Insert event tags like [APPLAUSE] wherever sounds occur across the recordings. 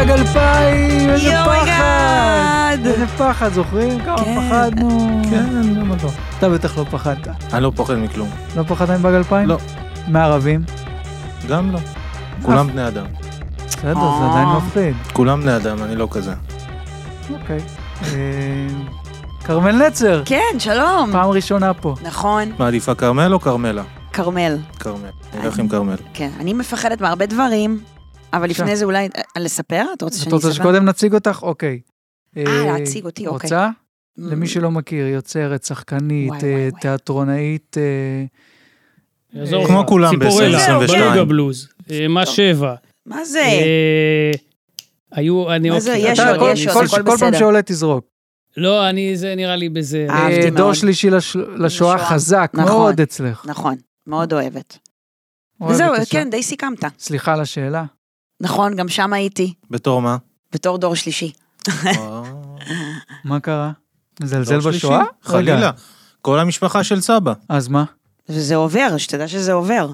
מוניציפלי, איזה יואו, פחד. מייגאד. איזה פחד, זוכרים? כמה כן. פחדנו. כן, גם אותו. אתה בטח לא פחדת. אני לא פוחד מכלום. לא פחדת מבאג 2000? לא. מערבים? גם לא. כולם בני אדם. בסדר, זה אה. עדיין מפחיד. כולם בני אדם, אני לא כזה. אוקיי. אה, כרמל נצר, כן, שלום. פעם ראשונה פה. נכון, מעדיפה כרמל או כרמלה? כרמל. כרמל. נלך עם כרמל. כן, אני מפחדת מהרבה דברים, אבל בבקשה. לפני זה אולי... אה, לספר? אתה רוצה את שאני רוצה שקודם נציג אותך? אוקיי. אה, להציג אותי, אוקיי. רוצה? מ- למי שלא מכיר, יוצרת, שחקנית, וואי, וואי, אה, וואי. תיאטרונאית. אה, יעזור כמו לך. כולם ציפורלה, ב-2022. בלוגה בלוז, אה, מה שבע. מה זה? אה, היו, אני... מה זה, אוקיי. יש אתה, עוד, כל- יש עוד, כל- הכל כל פעם בסדר. שעולה תזרוק. לא, אני, זה נראה לי בזה. אה, אהבתי אה, מאוד. דור שלישי לש- לשואה לשואה. חזק נכון. מאוד אצלך. נכון, מאוד אוהבת. אוהבת וזהו, את השואה. כן, די סיכמת. סליחה על השאלה. נכון, גם שם הייתי, בתור מה? בתור דור שלישי. מה קרה? מזלזל דור שלישי? בשואה? רגע, חלילה. כל המשפחה של סבא. אז מה? וזה עובר, שתדע שזה עובר.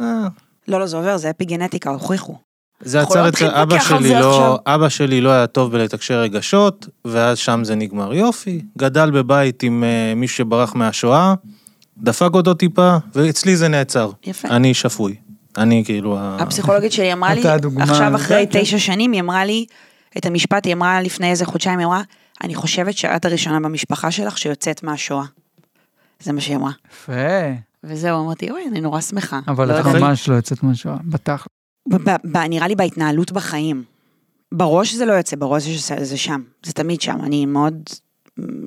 אה, לא, לא, זה עובר, זה אפי גנטיקה, הוכיחו. זה אנחנו לא עצר מתחילים את אבא להתווכח על שלי, זה לא, עכשיו. אבא שלי לא היה טוב בלתקשר רגשות, ואז שם זה נגמר. יופי, גדל בבית עם אה, מישהו שברח מהשואה, דפק אותו טיפה, ואצלי זה נעצר. יפה. אני שפוי. אני כאילו... ה- הפסיכולוגית שלי אמרה לי, אה, אתה הדוגמה. עכשיו אחרי כן, כן. תשע שנים, היא אמרה לי, את המשפט, היא אמרה לפני איזה חודשיים, היא אמרה, אני חושבת שאת הראשונה במשפחה שלך שיוצאת מהשואה. זה מה שהיא אמרה. יפה. וזהו, אמרתי, אוי, אני נורא שמחה. אבל לא את יודעת. ממש לא יוצאת מהשואה, בתכל'ס. ב- ב- ב- נראה לי בהתנהלות בחיים. בראש זה לא יוצא, בראש זה, זה שם. זה תמיד שם. אני מאוד,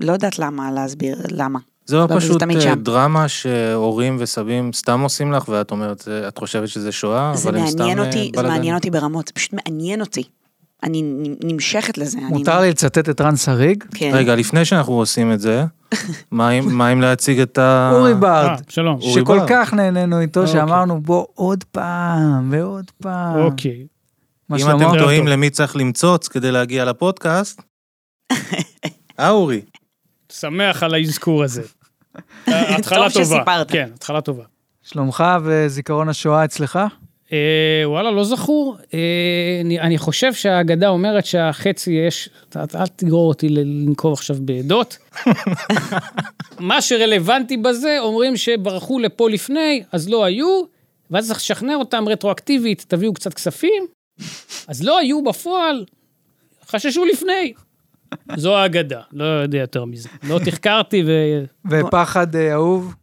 לא יודעת למה להסביר למה. זה לא אבל זה פשוט תמיד אה, שם. דרמה שהורים וסבים סתם עושים לך, ואת אומרת, "זה- את חושבת שזה שואה, זה אבל הם סתם מעניין אה, אותי, זה בלאגן. מעניין אותי ברמות, זה פשוט מעניין אותי. אני נ- נמשכת לזה. אני- לא- מותר לי לצטט את רן שריג? כן. רגע, לפני שאנחנו עושים את [LAUGHS] זה, מה עם- מה אם להציג את ה... אורי אה, בארד. שלום. אורי אה, שכל בר. כך נהנינו איתו, אוקיי. שאמרנו בוא עוד פעם ועוד פעם. אה. אוקיי. מה אם שלמה? אתם לא- יותר תוהים טוב. למי צריך למצוץ כדי להגיע לפודקאסט, [LAUGHS] אה אורי, שמח על האזכור הזה. אה, התחלה טוב טובה. שסיפרת. כן, התחלה טובה. שלומך וזיכרון השואה אצלך? אה, וואלה, לא זכור. אה, אני, אני חושב שהאגדה אומרת שהחצי יש, אתה- אתה- אל תגרור אותי ל- לנקוב עכשיו [LAUGHS] בעדות. מה שרלוונטי בזה, אומרים שברחו לפה לפני, אז לא היו, ואז צריך לשכנע אותם רטרואקטיבית, תביאו קצת כספים, אז לא היו בפועל, חששו לפני. זו האגדה, לא יודע יותר מזה. לא תחקרתי ו... ופחד אה, אהוב?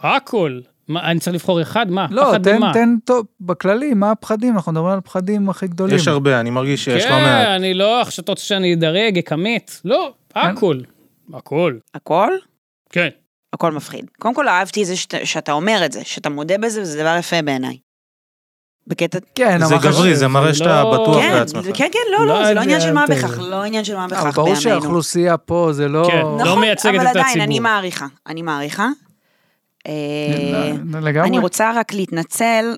הכל. מה, אני צריך לבחור אחד? מה? לא, פחד תן, ממה? תן טוב, בכללי, מה הפחדים? אנחנו מדברים על הפחדים הכי גדולים. יש הרבה, אני מרגיש שיש לא כן, מעט. אני לא, עכשיו אתה רוצה שאני אדרג, אכמת? לא, הכל. הכל. הכל? כן. הכל מפחיד. קודם כל אהבתי את זה שאת, שאתה אומר את זה, שאתה מודה בזה, וזה דבר יפה בעיניי. בקטע... כן, זה המחש- גברי, זה מראה זה שאתה לא- בטוח כן, בעצמך. כן, כן, לא, לא, לא, זה לא עניין זה- של מה אתה- בכך, לא עניין של מה בכך אבל בעינינו. ברור שהאוכלוסייה פה זה לא... כן, לא נכון, מייצגת את אבל עדיין, הציבור. אני מעריכה, אני מעריכה. אה, לא, לגמרי. אני רוצה רק להתנצל,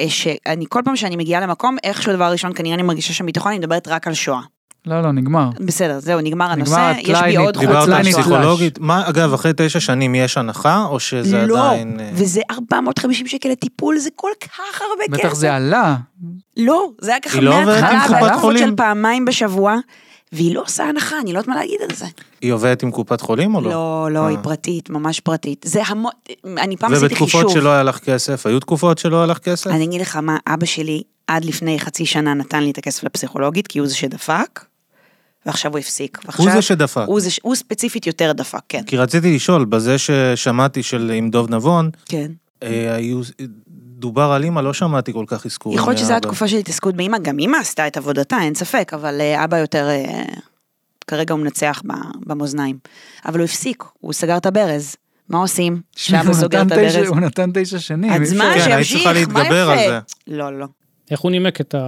אה, שאני כל פעם שאני מגיעה למקום, איכשהו דבר ראשון, כנראה אני מרגישה שם ביטחון, אני מדברת רק על שואה. לא, לא, נגמר. בסדר, זהו, נגמר הנושא, נגמר, את יש ליינית, בי עוד חוץ דיברת אצלנו על נתלש. פסיכולוגית, מה, אגב, אחרי תשע שנים יש הנחה, או שזה לא, עדיין... אה, וזה 450 שקל לטיפול, זה כל כך הרבה כסף. בטח זה עלה. לא, זה היה ככה היא לא עובדת עם מההתחלה, קופת בהנחות חולים? של פעמיים בשבוע, והיא לא עושה הנחה, אני לא יודעת מה להגיד על זה. היא עובדת עם קופת חולים או לא? לא, לא, אה. היא פרטית, ממש פרטית. זה המון, אני פעם עשיתי חישוב. ובתקופות שלא היה לך כסף, היו תקופות שלא היה לך כסף? אני אגיד לך מה, אבא שלי עד לפני חצי שנה נתן לי את הכסף לפסיכולוגית, כי הוא זה שדפק, ועכשיו הוא הפסיק. ועכשיו- זה שדפק. הוא זה ש- הוא ספציפית יותר דפק, כן. כי רציתי לשאול, בזה ששמעתי של עם דוב נבון, כן. אה, היו, דובר על אימא, לא שמעתי כל כך אזכורים. יכול להיות שזו לאבא. התקופה של התעסקות באמא, גם אמא עשתה את עבודתה, אין ספק, אבל אה, אבא יותר, אה, כרגע הוא מנצח ב- במאזניים. אבל הוא הפסיק, הוא סגר את הברז. מה עושים? שאבא [LAUGHS] הוא סוגר את נתן תשע- הברז. הוא נתן תשע שנים. אי אז אפשר. מה, כן, היית שימשיך, צריכה מה להתגבר על יפה? זה. לא, לא. איך הוא נימק את הוא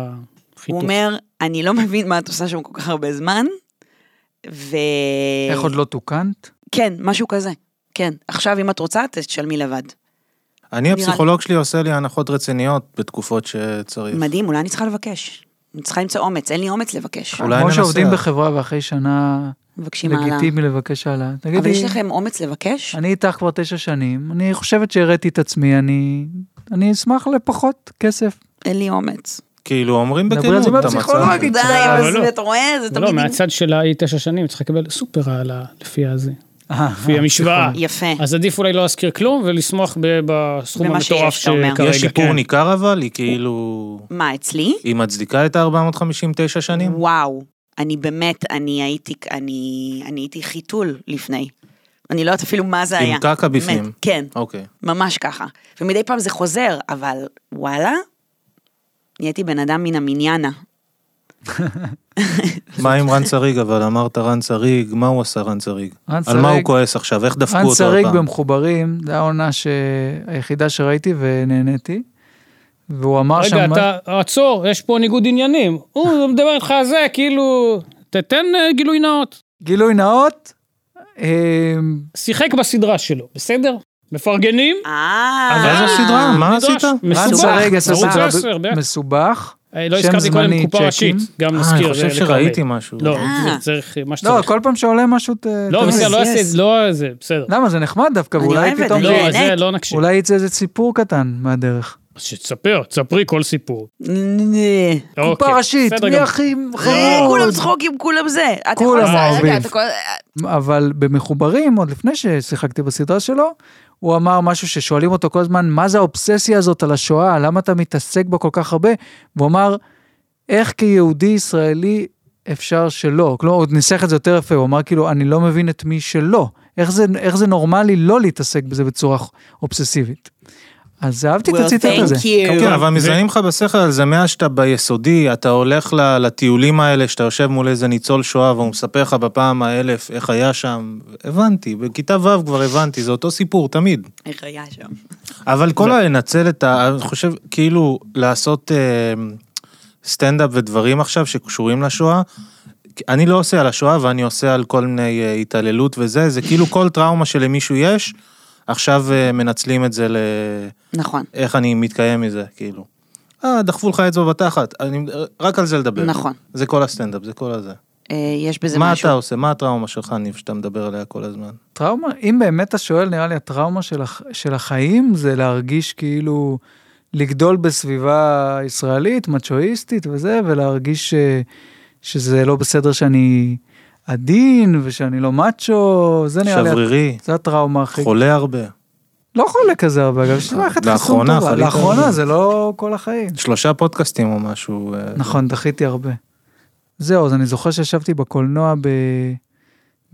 החיתוך? אומר, אני לא מבין מה את עושה שם כל כך הרבה זמן, ו... איך עוד לא תוקנת? כן, משהו כזה. כן, עכשיו אם את רוצה, תשלמי לבד. אני, הפסיכולוג שלי עושה לי הנחות רציניות בתקופות שצריך. מדהים, אולי אני צריכה לבקש. אני צריכה למצוא אומץ, אין לי אומץ לבקש. אולי כמו ננסה. שעובדים בחברה ואחרי שנה מבקשים העלאה. לגיטימי לבקש העלאה. תגידי, אבל יש לכם אומץ לבקש? אני איתך כבר תשע שנים, אני חושבת שהראיתי את עצמי, אני, אני אשמח לפחות כסף. אין לי אומץ. כאילו, אומרים מדברים על בכנות זה את המצב. מהפסיכולוגית. די, אבל אז לא. אתה רואה, זה לא, תמיד... מהצד שלה היא תשע שנים, צריך לקבל סופר העלאה לפי הזה, אה, לפי המשוואה. יפה. אז עדיף אולי לא להזכיר כלום ולשמוח ב- בסכום במה שיש, המטורף אתה אומר. שכרגע. יש שיפור כן. ניכר אבל, היא כאילו... מה, אצלי? היא מצדיקה את ה-459 שנים? וואו, אני באמת, אני הייתי, אני, אני הייתי חיתול לפני. אני לא יודעת אפילו מה זה עם היה. קקע בפנים. באמת, כן, אוקיי. ממש ככה. ומדי פעם זה חוזר, אבל וואלה, נהייתי בן אדם מן המניינה. מה עם רן שריג אבל? אמרת רן שריג, מה הוא עשה רן שריג? רן על מה הוא שריג- כועס עכשיו? איך דפקו רן אותו שריג הפעם? במחוברים, זו העונה היחידה שראיתי ונהניתי. והוא אמר שם... רגע, אתה, עצור, יש פה ניגוד עניינים. הוא [LAUGHS] מדבר איתך על זה, כאילו, תתן אה, גילוי נאות. גילוי נאות, אה, שיחק בסדרה שלו, בסדר? מפרגנים? אה... אבל איזו סדרה? מה נדרש. עשית? רן מסובך. שריג עשה ערוץ סדרה 10, ב- בערך. מסובך. אה, לא שם הזכרתי קודם זמני, קופה צ'קים. ראשית, גם אה, נזכיר. אני חושב זה שראיתי לכרמל. משהו. לא, אה. זה- צריך מה לא, שצריך. כל פעם שעולה משהו... ת- לא, תגיד. בסדר, לא yes. אעשה, לא זה, בסדר. למה זה נחמד דווקא, אני ואולי אוהבת, פתאום... אני זה- לא, זה נהנית. לא נקשיב. אולי יצא איזה סיפור קטן מהדרך. שתספר, תספרי כל סיפור. נה. קופה אוקיי, ראשית, בסדר מי גמור. לא, הכי אה, כולם חמוד? צחוקים, כולם זה. אתה יכול כולם לעשות- רגע, אוהבים. אתה כל- אבל במחוברים, עוד לפני ששיחקתי בסדרה שלו, הוא אמר משהו ששואלים אותו כל הזמן, מה זה האובססיה הזאת על השואה? למה אתה מתעסק בה כל כך הרבה? והוא אמר, איך כיהודי ישראלי אפשר שלא? כלומר, הוא ניסח את זה יותר יפה, הוא אמר כאילו, אני לא מבין את מי שלא. איך זה, איך זה נורמלי לא להתעסק בזה בצורה אובססיבית? אז אהבתי את Well, הציטוט הזה. thank you. כן, אבל ו- מזיינים לך בשכל על זה מאז שאתה ביסודי, אתה הולך ל- לטיולים האלה, שאתה יושב מול איזה ניצול שואה והוא מספר לך בפעם האלף איך היה שם. הבנתי, בכיתה ו' כבר הבנתי, זה אותו סיפור תמיד. איך היה שם? אבל כל הלנצל את ה... אני חושב, כאילו, לעשות אה, סטנדאפ ודברים עכשיו שקשורים לשואה, אני לא עושה על השואה ואני עושה על כל מיני אה, התעללות וזה, זה כאילו כל טראומה שלמישהו יש, עכשיו אה, מנצלים את זה ל... נכון, איך אני מתקיים מזה, כאילו. אה, דחפו לך אצבע בתחת, אני, רק על זה לדבר. נכון. זה כל הסטנדאפ, זה כל הזה. אה, יש בזה מה משהו. אתה עושה? מה הטראומה שלך, ניב, שאתה מדבר עליה כל הזמן? טראומה, אם באמת אתה שואל, נראה לי הטראומה של, הח... של החיים זה להרגיש כאילו, לגדול בסביבה ישראלית, מצ'ואיסטית וזה, ולהרגיש ש... שזה לא בסדר שאני עדין ושאני לא מאצ'ו, זה נראה לי, שברירי, זה הטראומה הכי... חולה הרבה. לא חולה כזה הרבה, אגב, יש לי מערכת חיסון לאחרונה טובה. חלית לאחרונה הרבה. זה לא כל החיים. שלושה פודקאסטים או משהו. אה, נכון, דחיתי הרבה. זהו, אז אני זוכר שישבתי בקולנוע ב...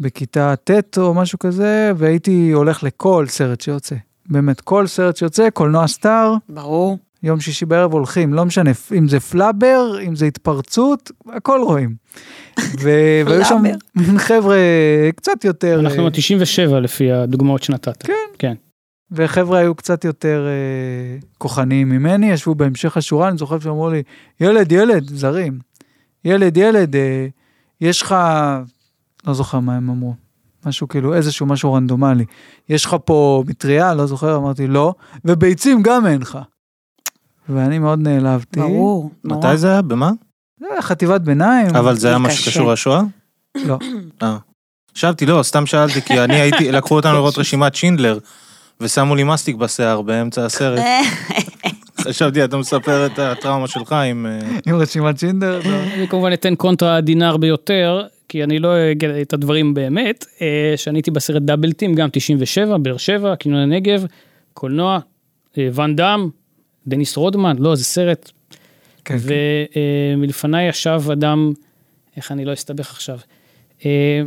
בכיתה ט' או משהו כזה, והייתי הולך לכל סרט שיוצא. באמת, כל סרט שיוצא, קולנוע סטאר, ברור. יום שישי בערב הולכים, לא משנה, אם זה פלאבר, אם זה התפרצות, הכל רואים. ו- והיו שם פלאבר. מין חבר'ה קצת יותר... אנחנו אה, ב-97 לפי הדוגמאות שנתת. כן. כן. וחבר'ה היו קצת יותר אה, כוחניים ממני, ישבו בהמשך השורה, אני זוכר שאמרו לי, ילד, ילד, זרים, ילד, ילד, אה, יש לך, לא זוכר מה הם אמרו, משהו כאילו, איזשהו משהו רנדומלי, יש לך פה מטריה, לא זוכר, אמרתי לא, וביצים גם אין לך. ואני מאוד נעלבתי. ברור. נורא. מתי זה היה? במה? זה היה חטיבת ביניים. אבל זה היה מה קשה. שקשור לשואה? לא. אה. חשבתי, לא, סתם שאלתי, כי אני [LAUGHS] הייתי, לקחו אותנו לראות רשימת שינדלר, ושמו לי מסטיק בשיער באמצע [LAUGHS] הסרט. אה, חשבתי, אתה מספר את הטראומה שלך עם... אה, עם רשימת שינדר. לא. אני כמובן אתן קונטרה עדינה הרבה יותר, כי אני לא אגיד את הדברים באמת, אה, שאני הייתי בסרט דאבל טים, גם 97, באר שבע, קינון הנגב, קולנוע, אה, ואן דאם, דניס רודמן, לא, זה סרט. כן, כן. ומלפניי ישב אדם, איך אני לא אסתבך עכשיו. אה,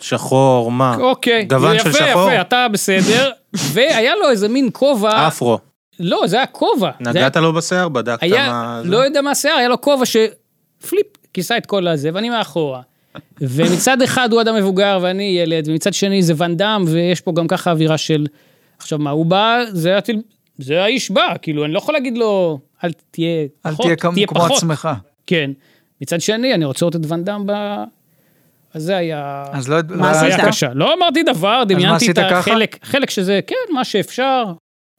שחור, אה, מה? אוקיי, גוון של שחור? יפה, יפה, אתה [LAUGHS] בסדר. והיה לו איזה מין אה, כובע, אפרו. לא, זה היה כובע. זה היה נגעת לו בשיער, בדקת היה, מה... זה? לא יודע מה השיער, היה לו כובע שפליפ, כיסה את כל הזה, ואני מאחורה. [LAUGHS] ומצד אחד הוא אדם מבוגר ואני ילד, ומצד שני זה ואן דאם, ויש פה גם ככה אווירה של... עכשיו מה, הוא בא, זה, הטיל... זה האיש בא, כאילו, אני לא יכול להגיד לו, אל תהיה אל פחות, תהיה כמו כמו פחות. עצמך. כן. מצד שני, אני רוצה לראות את ואן דאם ב... אז זה היה... אז לא... מה לא- זה היה עשית? קשה. לא אמרתי דבר, דמיינתי עשית את ככה? החלק, חלק שזה, כן, מה שאפשר.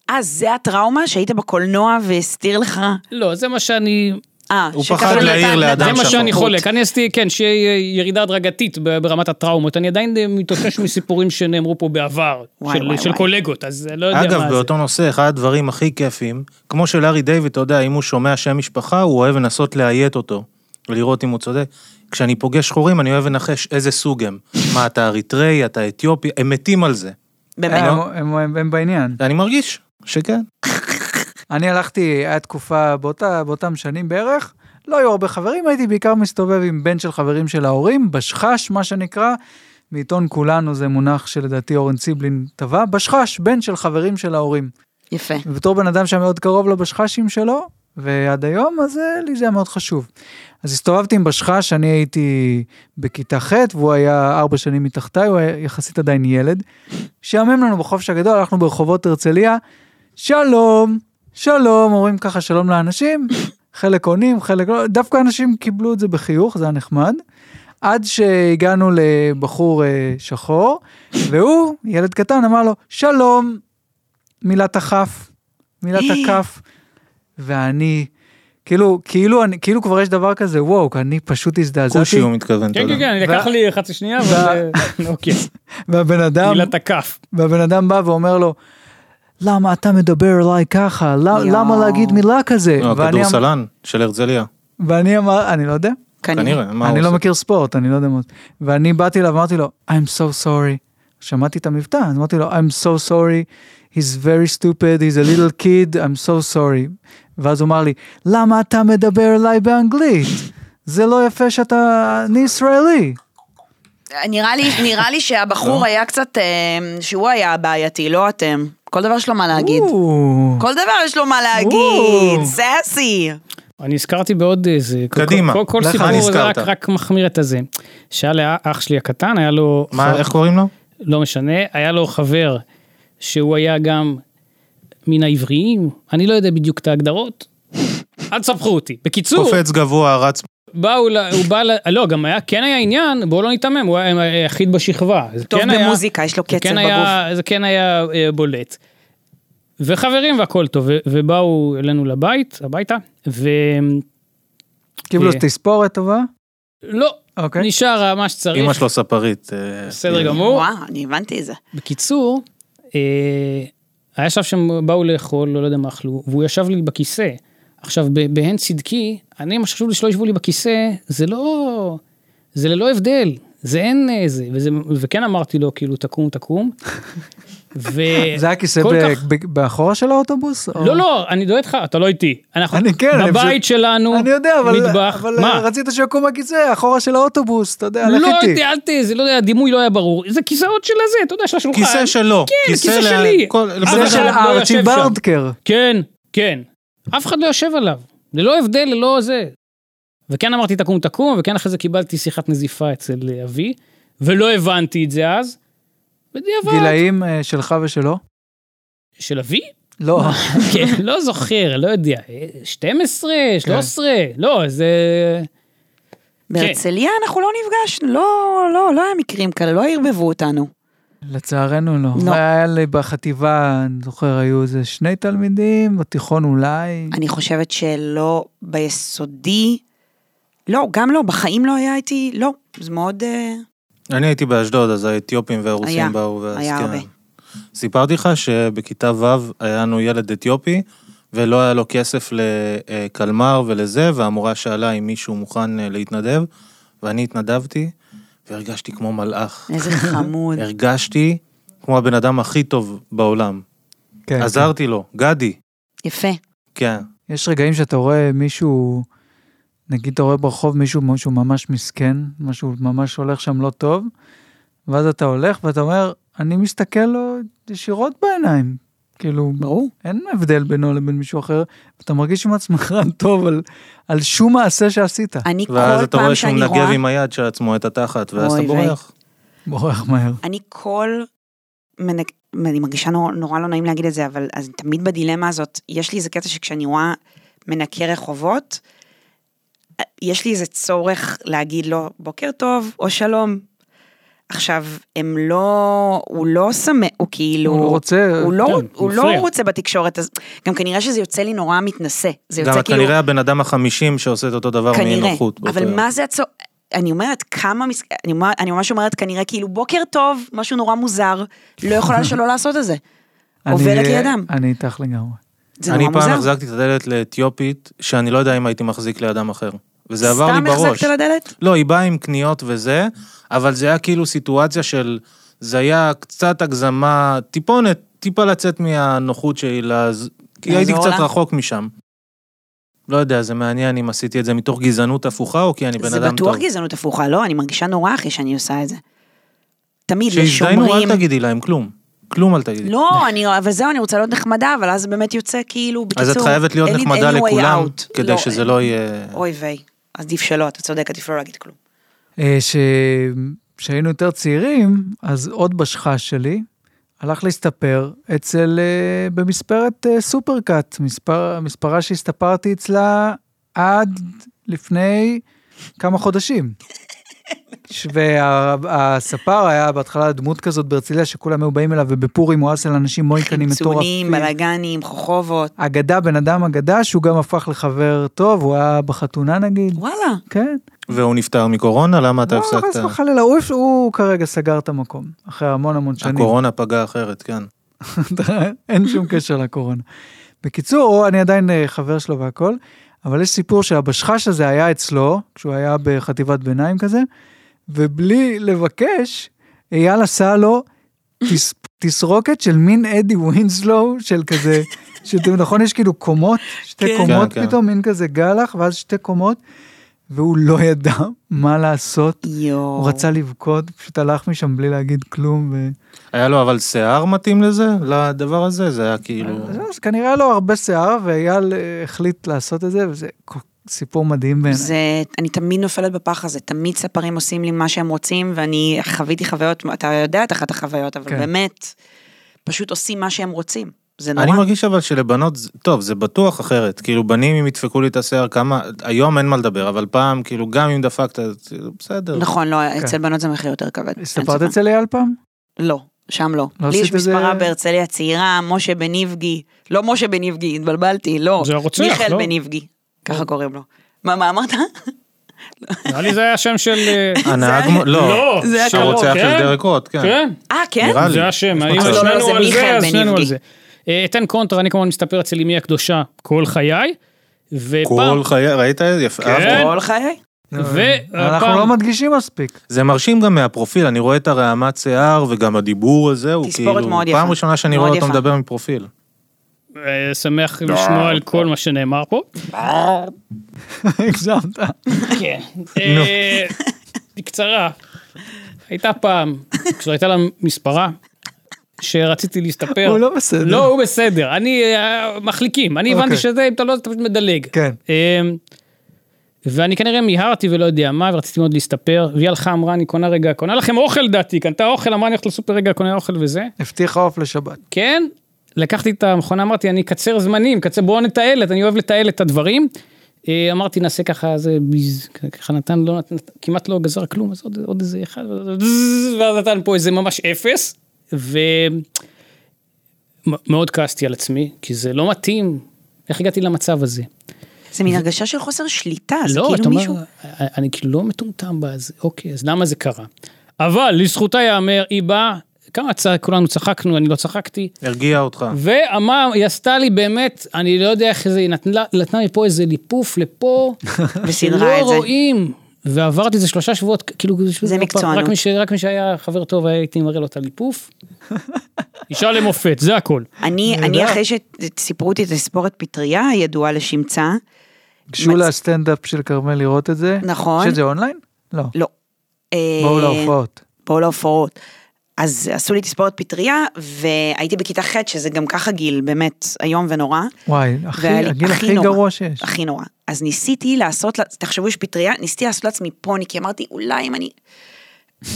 אה, זה הטראומה שהיית בקולנוע והסתיר לך? לא, זה מה שאני אה, הוא שככה פחד נתן- להעיר נתן לאדם זה מה שחור. שאני שחרות. חולק. אני עשיתי, כן, שיהיה ירידה הדרגתית ב- ברמת הטראומות. אני עדיין אה, מתאושש מסיפורים שנאמרו פה בעבר, וואי, של- וואי, של וואי. קולגות, אז לא יודע מה זה. אגב, באותו נושא, אחד הדברים הכי כיפים, כמו שלארי דיוויד, אתה יודע, אם הוא שומע שם משפחה, הוא אוהב לנסות לאיית אותו, ולראות אם הוא צודק. כשאני פוגש שחורים, אני אוהב לנחש איזה סוג הם. מה, אתה אריתראי, אתה אתיופי, הם מתים על זה. באמת. לא? הם- הם- הם הם בעניין. אני מרגיש שכן. אני הלכתי, היה תקופה באותה, באותם שנים בערך, לא היו הרבה חברים, הייתי בעיקר מסתובב עם בן של חברים של ההורים, בשחש, מה שנקרא, מעיתון כולנו זה מונח שלדעתי אורן ציבלין טבע, בשחש, בן של חברים של ההורים. יפה. ובתור בן אדם שהיה מאוד קרוב לבשחשים שלו, ועד היום, אז אה, לי זה היה מאוד חשוב. אז הסתובבתי עם בשחש, אני הייתי בכיתה ח' והוא היה ארבע שנים מתחתיי, הוא היה יחסית עדיין ילד. שעמם לנו בחופש הגדול, הלכנו ברחובות הרצליה, שלום, שלום, אומרים ככה שלום לאנשים, חלק עונים, חלק לא, דווקא אנשים קיבלו את זה בחיוך, זה היה נחמד. עד שהגענו לבחור אה, שחור, והוא, ילד קטן, אמר לו, שלום, מילת הכף, מילת הכף. ואני, כאילו, כאילו, אני, כאילו כבר יש דבר כזה, וואו, אני פשוט כושי הזדעזעתי, הוא מתכוון, אתה כן, כן, יודע. כן, אני לקח ו- לי חצי שנייה, אבל... אה, אוקיי, והבן אדם... מילת הכף. והבן אדם בא ואומר לו, למה אתה מדבר אליי ככה? למה, יואו. למה להגיד מילה כן. כזה? לא, ואני, אמ- הכדורסלן של הרצליה, ואני אמר, אני לא יודע, כנראה. כנראה, מה הוא אני לא עושה? מכיר ספורט, אני לא יודע מה. זה." ואני באתי אליו, אמרתי לו, I'm so sorry. שמעתי את המבטא, אז אמרתי לו, I'm so sorry, he's very stupid, he's a little kid, I'm so sorry. ואז הוא אמר לי, למה אתה מדבר אליי באנגלית? זה לא יפה שאתה, אני ישראלי. נראה לי, נראה לי לא? שהבחור היה קצת, אה, שהוא היה הבעייתי, לא אתם. כל דבר יש לו מה להגיד. או, כל דבר יש לו מה או. להגיד, סאסי. אני נזכרתי בעוד איזה... כל- קדימה, כל- כל לך סיפור זה רק- נזכרת. רק מחמיר את הזה. שהיה לאח שלי הקטן, היה לו... מה, חו- איך קוראים לו? לא משנה, היה לו חבר שהוא היה גם מן העבריים, אני לא יודע בדיוק את ההגדרות. אל תספחו אותי. בקיצור, קופץ גבוה, רץ. באו, ל- הוא בא, ל- לא, גם היה, כן היה עניין, בואו לא ניתמם, הוא היה היחיד בשכבה. זה טוב כן היה- במוזיקה, יש לו זה קצב כן בגוף. היה, זה כן היה אה, בולט. וחברים והכל טוב, ו- ובאו אלינו לבית, הביתה, ולא, קיבלו כאילו, אה. תספורת טובה? לא, אוקיי. נשאר מה שצריך. אמא שלו ספרית. אה, בסדר גמור. וואו, אני הבנתי את כן. זה. בקיצור, אה, היה שלב שהם באו לאכול, לא יודע מה אכלו, והוא ישב לי בכיסא. עכשיו, ב- בהן צדקי, אני, מה שחשוב לי שלא ישבו לי בכיסא, זה לא... זה ללא הבדל, זה אין איזה, וזה, וכן אמרתי לו, כאילו, [LAUGHS] תקום, תקום. ו... זה היה כיסא כל ב- כך- ב- באחורה של האוטובוס? או- לא, לא, אני דואג לך, אתה לא איתי. אנחנו אני כן, אני בבית פשוט- שלנו, אני יודע, אבל, מטבח, אבל מה? רצית שיקום הכיסא, אחורה של האוטובוס, אתה יודע, לך לא איתי. יודע, אל ת... זה לא יודע, הדימוי לא היה ברור. זה כיסאות של הזה, אתה יודע, של השולחן. כיסא שלו. כן, כיסא ל- שלי. כל- אבא לכל זה אבל של אחד. לא יושב ארצ'י שם. ברדקר. כן, כן. אף אחד לא יושב עליו. ללא הבדל, ללא זה. וכן אמרתי תקום תקום, וכן אחרי זה קיבלתי שיחת נזיפה אצל אה, אבי, ולא הבנתי את זה אז. בדיעבד. גילאים אה, שלך ושלו? של אבי? [LAUGHS] לא. כן, לא זוכר, לא יודע. אה, 12, 13, לא, זה... בהרצליה אנחנו לא נפגשנו, לא, לא, לא היה מקרים כאלה, לא ערבבו אותנו. לצערנו לא. לא. היה לי בחטיבה, אני זוכר, היו איזה שני תלמידים, בתיכון אולי. אני חושבת שלא ביסודי, לא, גם לא, בחיים לא היה איתי, לא, זה מאוד... אה, אני הייתי באשדוד, אז האתיופים היה, והרוסים באו. ואז היה כן. הרבה. סיפרתי לך שבכיתה ו' היה לנו ילד אתיופי, ולא היה לו כסף לקלמר ולזה, והמורה שאלה אם מישהו מוכן אה, להתנדב, ואני התנדבתי, והרגשתי כמו מלאך. [LAUGHS] איזה חמוד. הרגשתי כמו הבן אדם הכי טוב בעולם. כן. עזרתי לו, גדי. יפה. כן. יש רגעים שאתה רואה מישהו, נגיד אתה רואה ברחוב מישהו משהו ממש מסכן, משהו ממש הולך שם לא טוב, ואז אתה הולך ואתה אומר, אני מסתכל לו ישירות בעיניים. כאילו, ברור. אין הבדל בינו לבין מישהו אחר, אתה מרגיש עם עצמך טוב על, על שום מעשה שעשית. אני ואז כל אתה רואה פעם שהוא שאני מנגב רואה... עם היד של עצמו את התחת, ואז אוי אתה ויי. בורח. בורח מהר. אני כל... מנג... אני מרגישה נור... נורא לא נעים להגיד את זה, אבל אז אני תמיד בדילמה הזאת, יש לי איזה קטע שכשאני רואה מנקי רחובות, אה, יש לי איזה צורך להגיד לו בוקר טוב או שלום. עכשיו, הם לא, הוא לא שמח, הוא כאילו, הוא רוצה- הוא לא, כן, הוא לא מפריע. רוצה בתקשורת, אז גם כנראה שזה יוצא לי נורא מתנשא, זה יוצא גם את כאילו, כנראה הבן אדם החמישים שעושה את אותו דבר כנראה, מאי-נוחות. באותו אבל יום. מה זה הצו... אני אומרת כמה, מס... אני, אומר, אני ממש אומרת כנראה כאילו בוקר טוב, משהו נורא מוזר, לא יכולה שלא [LAUGHS] לעשות את זה. עוברת אני- לידם, אני איתך לגמרי. זה אני נורא פעם מוזר. החזקתי את הדלת לאתיופית, שאני לא יודע אם הייתי מחזיק לידם אחר. וזה עבר לי בראש. סתם החזקת לדלת? לא, היא באה עם קניות וזה, אבל זה היה כאילו סיטואציה של... זה היה קצת הגזמה, טיפונת, טיפה לצאת מהנוחות שלי, לז... כי לעזור הייתי קצת לה? רחוק משם. לא יודע, זה מעניין אם עשיתי את זה מתוך גזענות הפוכה, או כי אני בן זה אדם בטוח טוב. גזענות הפוכה, לא? אני מרגישה נורא אחי שאני עושה את זה. תמיד שהזדיינו, לשומרים. אל תגידי להם כלום. כלום אל תגידי. לא, אני, אבל זהו, אני רוצה להיות נחמדה, אבל אז באמת יוצא כאילו, בקיצור, אז את חייבת להיות אין לי- נחמדה אין לי way לכולם, out. כדי שזה לא יהיה... אוי ויי, אז עדיף שלא, אתה צודק, עדיף לא להגיד כלום. אה, ש... כשהיינו יותר צעירים, אז עוד בשחש שלי הלך להסתפר אצל, אה, במספרת אה, סופרקאט, מספר, מספרה שהסתפרתי אצלה עד לפני כמה חודשים. והספר היה בהתחלה דמות כזאת בהרצליה שכולם היו באים אליו ובפורים הוא עשה לאנשים מויקנים צונים, מטורפים. בלאגנים, חוכובות, אגדה, בן אדם אגדה שהוא גם הפך לחבר טוב, הוא היה בחתונה נגיד, וואלה. כן. והוא נפטר מקורונה, למה אתה לא, חס הפסקת? וחלילה, הוא, הוא כרגע סגר את המקום, אחרי המון המון שנים. הקורונה פגעה אחרת, כן. [LAUGHS] אין שום קשר לקורונה. בקיצור, אני עדיין אה, חבר שלו והכל, אבל יש סיפור שהבשחש הזה היה אצלו, כשהוא היה בחטיבת ביניים כזה, ובלי לבקש, אייל עשה לו תס, תסרוקת של מין אדי ווינסלו, של כזה, [LAUGHS] שאתם נכון, יש כאילו קומות, שתי כן. קומות כן, כן. פתאום, מין כזה גלח, ואז שתי קומות, והוא לא ידע מה לעשות. יואו. הוא רצה לבכות, פשוט הלך משם בלי להגיד כלום. ו... היה לו אבל שיער מתאים לזה? לדבר הזה? זה היה אה, כאילו... לא, אז אז כנראה היה לו הרבה שיער, ואייל אה, החליט לעשות את זה, וזה כל- סיפור מדהים בעיניי. זה, אני תמיד נופלת בפח הזה, תמיד ספרים עושים לי מה שהם רוצים, ואני חוויתי חוויות, אתה יודע את אחת החוויות, אבל כן. באמת, פשוט עושים מה שהם רוצים. זה נורא. אני מרגיש אבל שלבנות, זה- טוב, זה בטוח אחרת. כאילו, בנים, אם ידפקו לי את השיער, כמה... היום אין מה לדבר, אבל פעם, כאילו, גם אם דפקת, אז כאילו, בסדר. נכון, לא, אצל בנות זה מחיר יותר כבד. אין כן. הסתפרת ספק. אצל אייל פעם? לא, שם לא. לא לי יש עשית איזה- מספרה בהרצליה צעירה, משה בניבגי, לא משה בניבגי, התבלבלתי, לא. זה הרוצח, מיכאל לא? בניבגי, ככה קוראים לו. מה, מה אמרת? נראה לי זה היה שם של... אה, הנהג... מ- לא, לא, זה היה קרוב, שרוצח כן? של דרק רוט, כן. כן. אה, כן? נראה לי. זה השם, אה, אם לא, לא, שנינו זה על מיכאל זה, אז בן שנינו על יבגי. זה. אה, אתן קונטרה, אני כמובן מסתפר אצל אמי הקדושה כל חיי, ופעם... כל חיי, ראית? יפה. כן. אהבתי. כל חיי? לא, אנחנו והפעם... לא מדגישים מספיק. [LAUGHS] זה מרשים גם מהפרופיל, אני רואה את הרעמת שיער וגם הדיבור הזה, הוא תספורת כאילו... מאוד יפה. פעם ראשונה שאני מאוד רואה אותו יפה. מדבר מפרופיל. אה, שמח לשמוע על כל מה שנאמר פה. הגזמת. כן. בקצרה, הייתה פעם, כשהייתה לה מספרה, שרציתי להסתפר. הוא לא בסדר. לא, הוא בסדר. אני, אה, מחליקים. אני הבנתי אוקיי. שזה, אם אתה לא, אתה פשוט מדלג. כן. אה, ואני כנראה מיהרתי ולא יודע מה, ורציתי מאוד להסתפר, והיא הלכה, אמרה, אני קונה רגע, קונה לכם אוכל דעתי, קנתה אוכל, אמרה, אני הולכת לסופר רגע, קונה אוכל וזה. הבטיחה עוף לשבת. כן, לקחתי את המכונה, אמרתי, אני אקצר זמנים, קצר, בואו נתעל, את- אני אוהב לתעל את הדברים. אה, אמרתי, נעשה ככה, זה ביז, ככה נתן, לא נתן, כמעט לא גזר כלום, אז עוד, עוד איזה אחד, זז, ואז נתן פה איזה ממש אפס, ומאוד כעסתי על עצמי, כי זה לא מתאים, איך הגעתי למצב הזה? זה מין הרגשה של חוסר שליטה, זה לא, אתה כאילו אומר, מישהו... אני אני כאילו לא מטומטם בזה, אוקיי, אז למה זה קרה? אבל לזכותה ייאמר, היא באה, כמה צ- כולנו צחקנו, אני לא צחקתי, הרגיע אותך. ואמר, היא עשתה לי באמת, אני לא יודע איך זה, היא נתנה, נתנה לי פה איזה [LAUGHS] ליפוף לפה, וסידרה את זה. שלא רואים, ועברתי איזה שלושה שבועות, כאילו, זה לא פעם, מקצוענות. רק מי, ש, רק מי שהיה חבר טוב, הייתי מראה לו [LAUGHS] את הליפוף. אישה למופת, זה הכל. אני, אני יודע. אחרי שסיפרו אותי את הסיפורת פטריה הידועה לשמצה, גשו מצ- לסטנדאפ של כרמל לראות את זה. נכון. שזה אונליין? לא. לא. אה, בואו להופעות. באו להופעות. אז עשו לי תספורת פטריה, והייתי בכיתה ח', שזה גם ככה גיל, באמת, איום ונורא. וואי, הכי- והיה לי הגיל הכי נורא, גרוע שיש. הכי נורא. אז ניסיתי לעשות, לה- תחשבו יש פטריה, ניסיתי לעשות לעצמי פוני, כי אמרתי, אולי אם אני...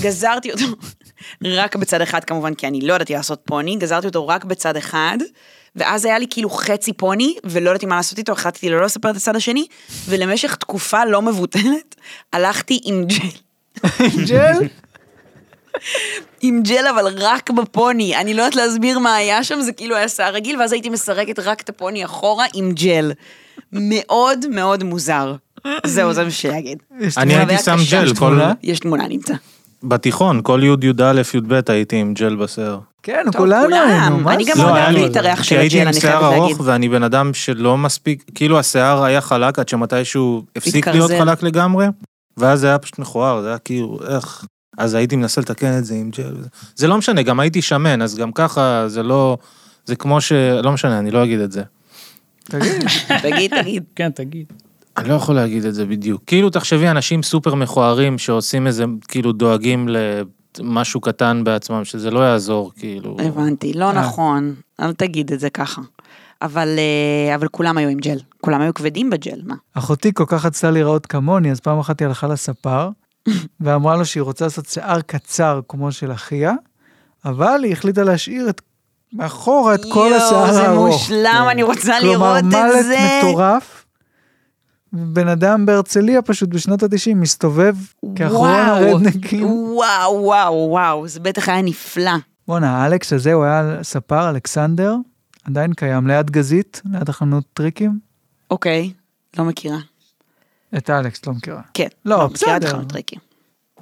גזרתי אותו [LAUGHS] רק בצד אחד כמובן, כי אני לא ידעתי לעשות פוני, גזרתי אותו רק בצד אחד, ואז היה לי כאילו חצי פוני, ולא ידעתי מה לעשות איתו, החלטתי לא לספר את הצד השני, ולמשך תקופה לא מבוטלת, הלכתי עם ג'ל. ג'ל? עם ג'ל, אבל רק בפוני. אני לא יודעת להסביר מה היה שם, זה כאילו היה שיער רגיל, ואז הייתי מסרקת רק את הפוני אחורה עם ג'ל. מאוד מאוד מוזר. זהו, זה מה שאגיד. אני הייתי שם ג'ל, כל... תמונה? יש תמונה, נמצא. בתיכון, כל י', י"א, י"ב הייתי עם ג'ל בשיער. לא, כן, טוב, כולנו כולם. היינו, מה אני גם זה? לא לא, מאוד אהבתי את הריח של כי הייתי הג'ל, עם אני שיער חייבת ארוך להגיד. ואני בן אדם שלא מספיק, כאילו השיער היה חלק עד שמתישהו הפסיק התקרזן. להיות חלק לגמרי, ואז זה היה פשוט מכוער, זה היה כאילו, איך... אז הייתי מנסה לתקן את זה עם ג'ל. וזה. זה לא משנה, גם הייתי שמן, אז גם ככה זה לא... זה כמו ש... לא משנה, אני לא אגיד את זה. תגיד, תגיד, תגיד. כן, תגיד. אני לא יכול להגיד את זה בדיוק. כאילו, תחשבי, אנשים סופר מכוערים שעושים איזה, כאילו, דואגים למשהו קטן בעצמם, שזה לא יעזור, כאילו. הבנתי, אה. לא נכון, אל תגיד את זה ככה. אבל, אה, אבל כולם היו עם ג'ל, כולם היו כבדים בג'ל, מה? אחותי כל כך רצתה להיראות כמוני, אז פעם אחת היא הלכה לספר, [LAUGHS] ואמרה לו שהיא רוצה לעשות שיער קצר כמו של אחיה, אבל היא החליטה להשאיר את מאחורה את כל השיער זה הארוך. מושלם, אני רוצה לראות את זה. כלומר, מלט מטורף. בן אדם בהרצליה פשוט בשנות ה-90 מסתובב כאחרון וואו, הרדנקים. וואו, וואו, וואו, זה בטח היה נפלא. בואנה, האלכס הזה, הוא היה ספר, אלכסנדר, עדיין קיים, ליד גזית, ליד החנות טריקים. אוקיי, לא מכירה. את אלכס לא מכירה. כן, לא, מכירה את בסדר. חנות טריקי.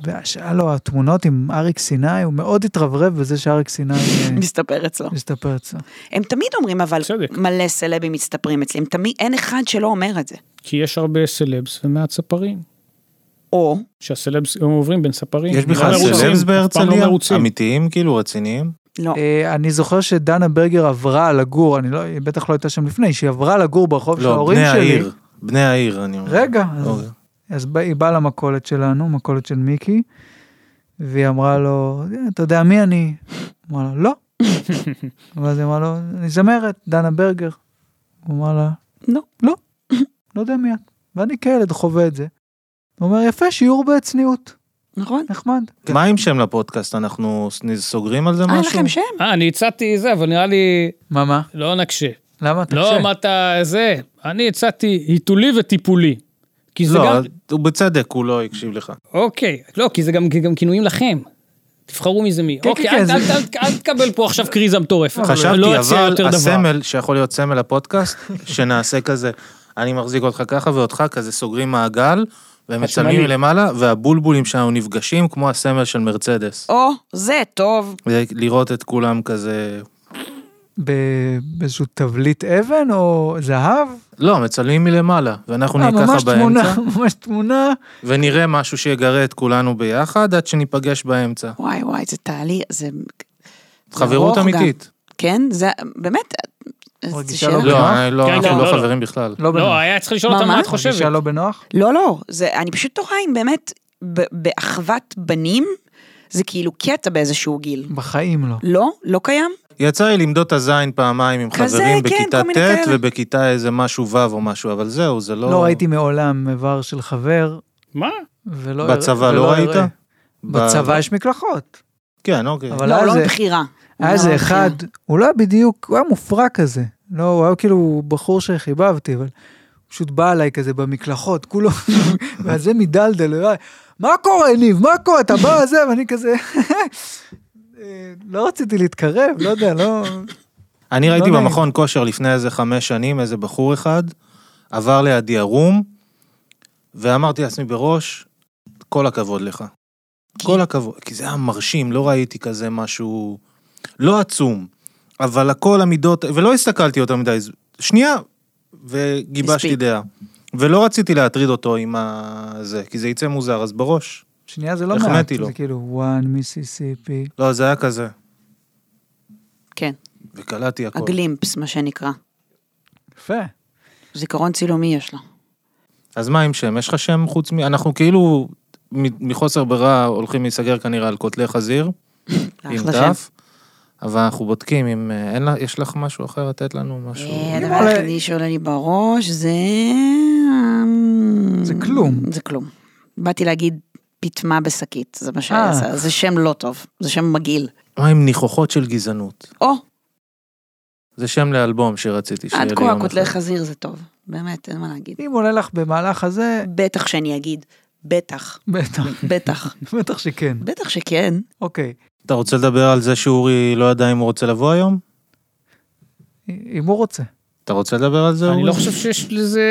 והיה לו התמונות עם אריק סיני, הוא מאוד התרברב בזה שאריק סיני [LAUGHS] אה, מסתפר אצלו. מסתפר אצלו. הם תמיד אומרים, אבל צודק. מלא סלבים מצטפרים אצלי, הם תמיד, אין אחד שלא אומר את זה. כי יש הרבה סלבס ומעט ספרים. או, שהסלבס גם עוברים בין ספרים. יש לא בכלל מרוצים, סלבס אף פעם לא בהרצליה? מרוצים. אמיתיים, כאילו, רציניים? לא. אה, אני זוכר שדנה ברגר עברה לגור, אני לא, היא בטח לא הייתה שם לפני, שהיא עברה לגור ברחוב של לא, ההורים בני שלי. העיר. בני העיר, אני אומר. רגע, אז, אוקיי. אז בא- היא באה למכולת שלנו, מכולת של מיקי, והיא אמרה לו, "אה, אתה יודע מי אני? הוא אמר לה, לא. ואז היא אמרה לו, אני זמרת, דנה ברגר. הוא אמר לה, לא. לא, לא יודע מי את. ואני כילד חווה את זה. הוא אומר, יפה, שיעור בצניעות, נכון. נחמד. מה עם שם לפודקאסט? אנחנו ס- סוגרים על זה אה, אין משהו? לכם שם? כן. אה, אני הצעתי זה, אבל נראה לי מה, מה? לא נקשה. למה? אתה לא, מה אתה... זה, אני הצעתי היתולי וטיפולי. כי זה לא, גם... הוא בצדק, הוא לא הקשיב לך. אוקיי, לא, כי זה גם, כי גם כינויים לכם. תבחרו מי זה מי. כן, אוקיי, כן, אל, זה- אל, אל, אל, תקבל פה עכשיו קריזה מטורפת. חשבתי, לא אציע אבל יותר דבר. הסמל, שיכול להיות סמל [LAUGHS] הפודקאסט, שנעשה כזה, אני מחזיק אותך ככה ואותך, כזה סוגרים מעגל, ומצלמים השמאלי. למעלה, והבולבולים שלנו נפגשים כמו הסמל של מרצדס. או, זה טוב. לראות את כולם כזה... ב- באיזשהו תבליט אבן או זהב? לא, מצלמים מלמעלה, ואנחנו אה, נהיה ממש ככה תמונה, באמצע, [LAUGHS] ממש תמונה. ונראה משהו שיגרה את כולנו ביחד, עד שניפגש באמצע. וואי, וואי, זה תעלי, זה חברות ארוך אמיתית. כן, זה באמת, זו מרגישה שאלה. לא לא, בנוח? אני לא, כן, אנחנו כן, לא לא, לא. חברים בכלל. לא בנוח. לא, היה צריך לשאול מה, אותם מה? מה את חושבת. מרגישה לא בנוח? לא, לא, זה, אני פשוט תוהה אם באמת ב- באחוות בנים זה כאילו קטע באיזשהו גיל. בחיים לא. לא? לא קיים? יצא לי למדוד את הזין פעמיים עם כזה, חברים כן, בכיתה כל מיני ט' כאלה. ובכיתה איזה משהו ו' או משהו, אבל זהו, זה לא... לא ראיתי מעולם איבר של חבר, מה? ולא... בצבא ולא לא אראה. ראית? ב- בצבא יש מקלחות. כן, אוקיי. אבל לא, היה לא איזה- מבחירה. היה לא איזה מבחירה. אחד, הוא לא היה בדיוק, הוא היה מופרע כזה. לא, הוא היה כאילו בחור שחיבבתי, אבל הוא פשוט בא אליי כזה במקלחות, כולו, [LAUGHS] ואז זה מדלדל, הוא היה, מה קורה, ניב? מה קורה? אתה בא, זה, ואני כזה... [LAUGHS] אה, לא רציתי להתקרב, לא יודע, לא... אני לא ראיתי נעים. במכון כושר לפני איזה חמש שנים, איזה בחור אחד, עבר לידי ערום, ואמרתי לעצמי בראש, כל הכבוד לך. כל הכבוד, כי זה היה מרשים, לא ראיתי כזה משהו... לא עצום, אבל הכל המידות, ולא הסתכלתי יותר מדי, ז- שנייה, וגיבשתי הספיק. דעה. ולא רציתי להטריד אותו עם ה... זה, כי זה יצא מוזר, אז בראש. שנייה זה לא מעט, החמאתי לו. זה כאילו, one מיסיסיפי. לא, זה היה כזה, כן, וקלעתי הכל. הגלימפס, מה שנקרא. יפה. זיכרון צילומי יש לו. אז מה עם שם? יש לך שם חוץ מ... אנחנו כאילו מ- מחוסר ברירה הולכים להיסגר כנראה על קוטלי חזיר, עם אחלה שם. תף, אבל אנחנו בודקים אם אה, אין לה, יש לך משהו אחר לתת לנו, משהו... אה, הדבר אולי- היחידי שעולה לי בראש זה... אמ, זה כלום. זה כלום. באתי להגיד פיטמה בשקית, זה מה אה. שהיה, זה שם לא טוב, זה שם מגעיל. מה עם ניחוחות של גזענות? או, זה שם לאלבום שרציתי שיהיה לי עד יום כה אחד. קוטלי חזיר זה טוב, באמת, אין מה להגיד. אם עולה לך במהלך הזה, בטח שאני אגיד בטח, בטח, [LAUGHS] בטח. בטח שכן. בטח שכן. אוקיי. אתה רוצה לדבר על זה שאורי לא ידע אם הוא רוצה לבוא היום? אם הוא רוצה. אתה רוצה לדבר על זה, אורי? אני לא חושב שיש לזה...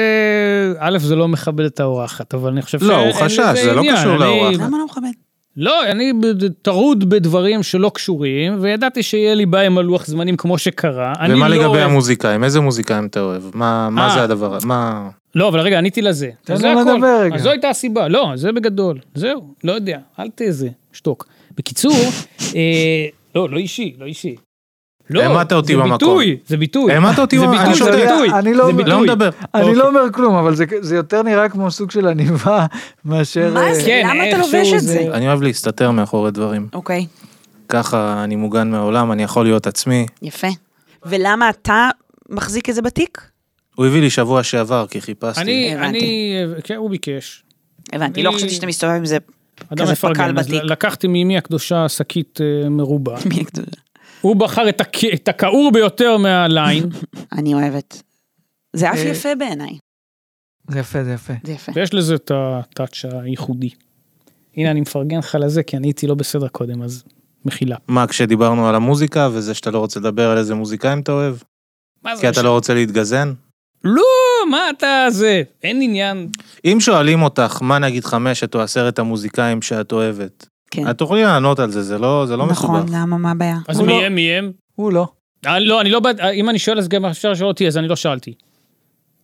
א', זה לא מכבד את האורחת, אבל אני חושב לא, שאין- הוא אין חשש, לזה זה לא עניין. קשור אני- לאורחת. למה לא מכבד? לא, אני ב- טרוד בדברים שלא קשורים, וידעתי שיהיה לי בעיה עם הלוח זמנים כמו שקרה. אני ומה לא לגבי אוהב- המוזיקאים? איזה מוזיקאים אתה אוהב? מה מה אה. זה הדבר? מה... לא, אבל רגע, עניתי לזה. תן זה לו הכל. לדבר רגע. אז זו הייתה הסיבה. לא, זה בגדול. זהו, לא יודע. אל תזה, שתוק. בקיצור, אה, לא, לא אישי, לא אישי. לא, העמדת אותי זה במקום. ביטוי, זה ביטוי. העמדת אותי זה במקום, ביטוי, אני זה שותק. ביטוי. אני לא- זה ביטוי. לא מדבר. אני אוקיי. לא אומר כלום, אבל זה- זה יותר נראה כמו סוג של עניבה [LAUGHS] מאשר... מה אה, זה? כן, למה אתה איכשהו לובש את זה? אני אוהב להסתתר מאחורי דברים. אוקיי, ככה אני מוגן מהעולם, אני יכול להיות עצמי. יפה. ולמה אתה מחזיק את זה בתיק? הוא הביא לי שבוע שעבר, כי חיפשתי. אני, הבנתי. אני, כן, הוא ביקש. הבנתי, לא אני- חשבתי שאתה מסתובב עם זה אדם כזה פקל מפרגן, אז בתיק. לקחתי מאמי הקדושה שקית אה, מרובה. [LAUGHS] מי הגדול? הוא בחר את הכ- את הכעור ביותר [LAUGHS] מהליין, אני אוהבת. זה אף אה, יפה בעיניי, זה יפה, זה יפה. זה יפה. ויש לזה את הטאץ' הייחודי. הנה, אני מפרגן לך לזה, כי אני הייתי לא בסדר קודם, אז מחילה. מה, כשדיברנו על המוזיקה וזה שאתה לא רוצה לדבר על איזה מוזיקאים אתה אוהב? מה זה כי אתה משנה? לא רוצה להתגזן? לא, מה אתה זה? אין עניין. אם שואלים אותך, מה נגיד חמשת או עשרת המוזיקאים שאת אוהבת? כן. את תוכלי לענות על זה, זה לא זה לא נכון, מסובך. למה, מה הבעיה? אז הוא מי לא- הם? מי הם? הוא לא. אה, לא, אני לא... בד- אה, אם אני שואל, אז גם אפשר לשאול אותי, אז אני לא שאלתי.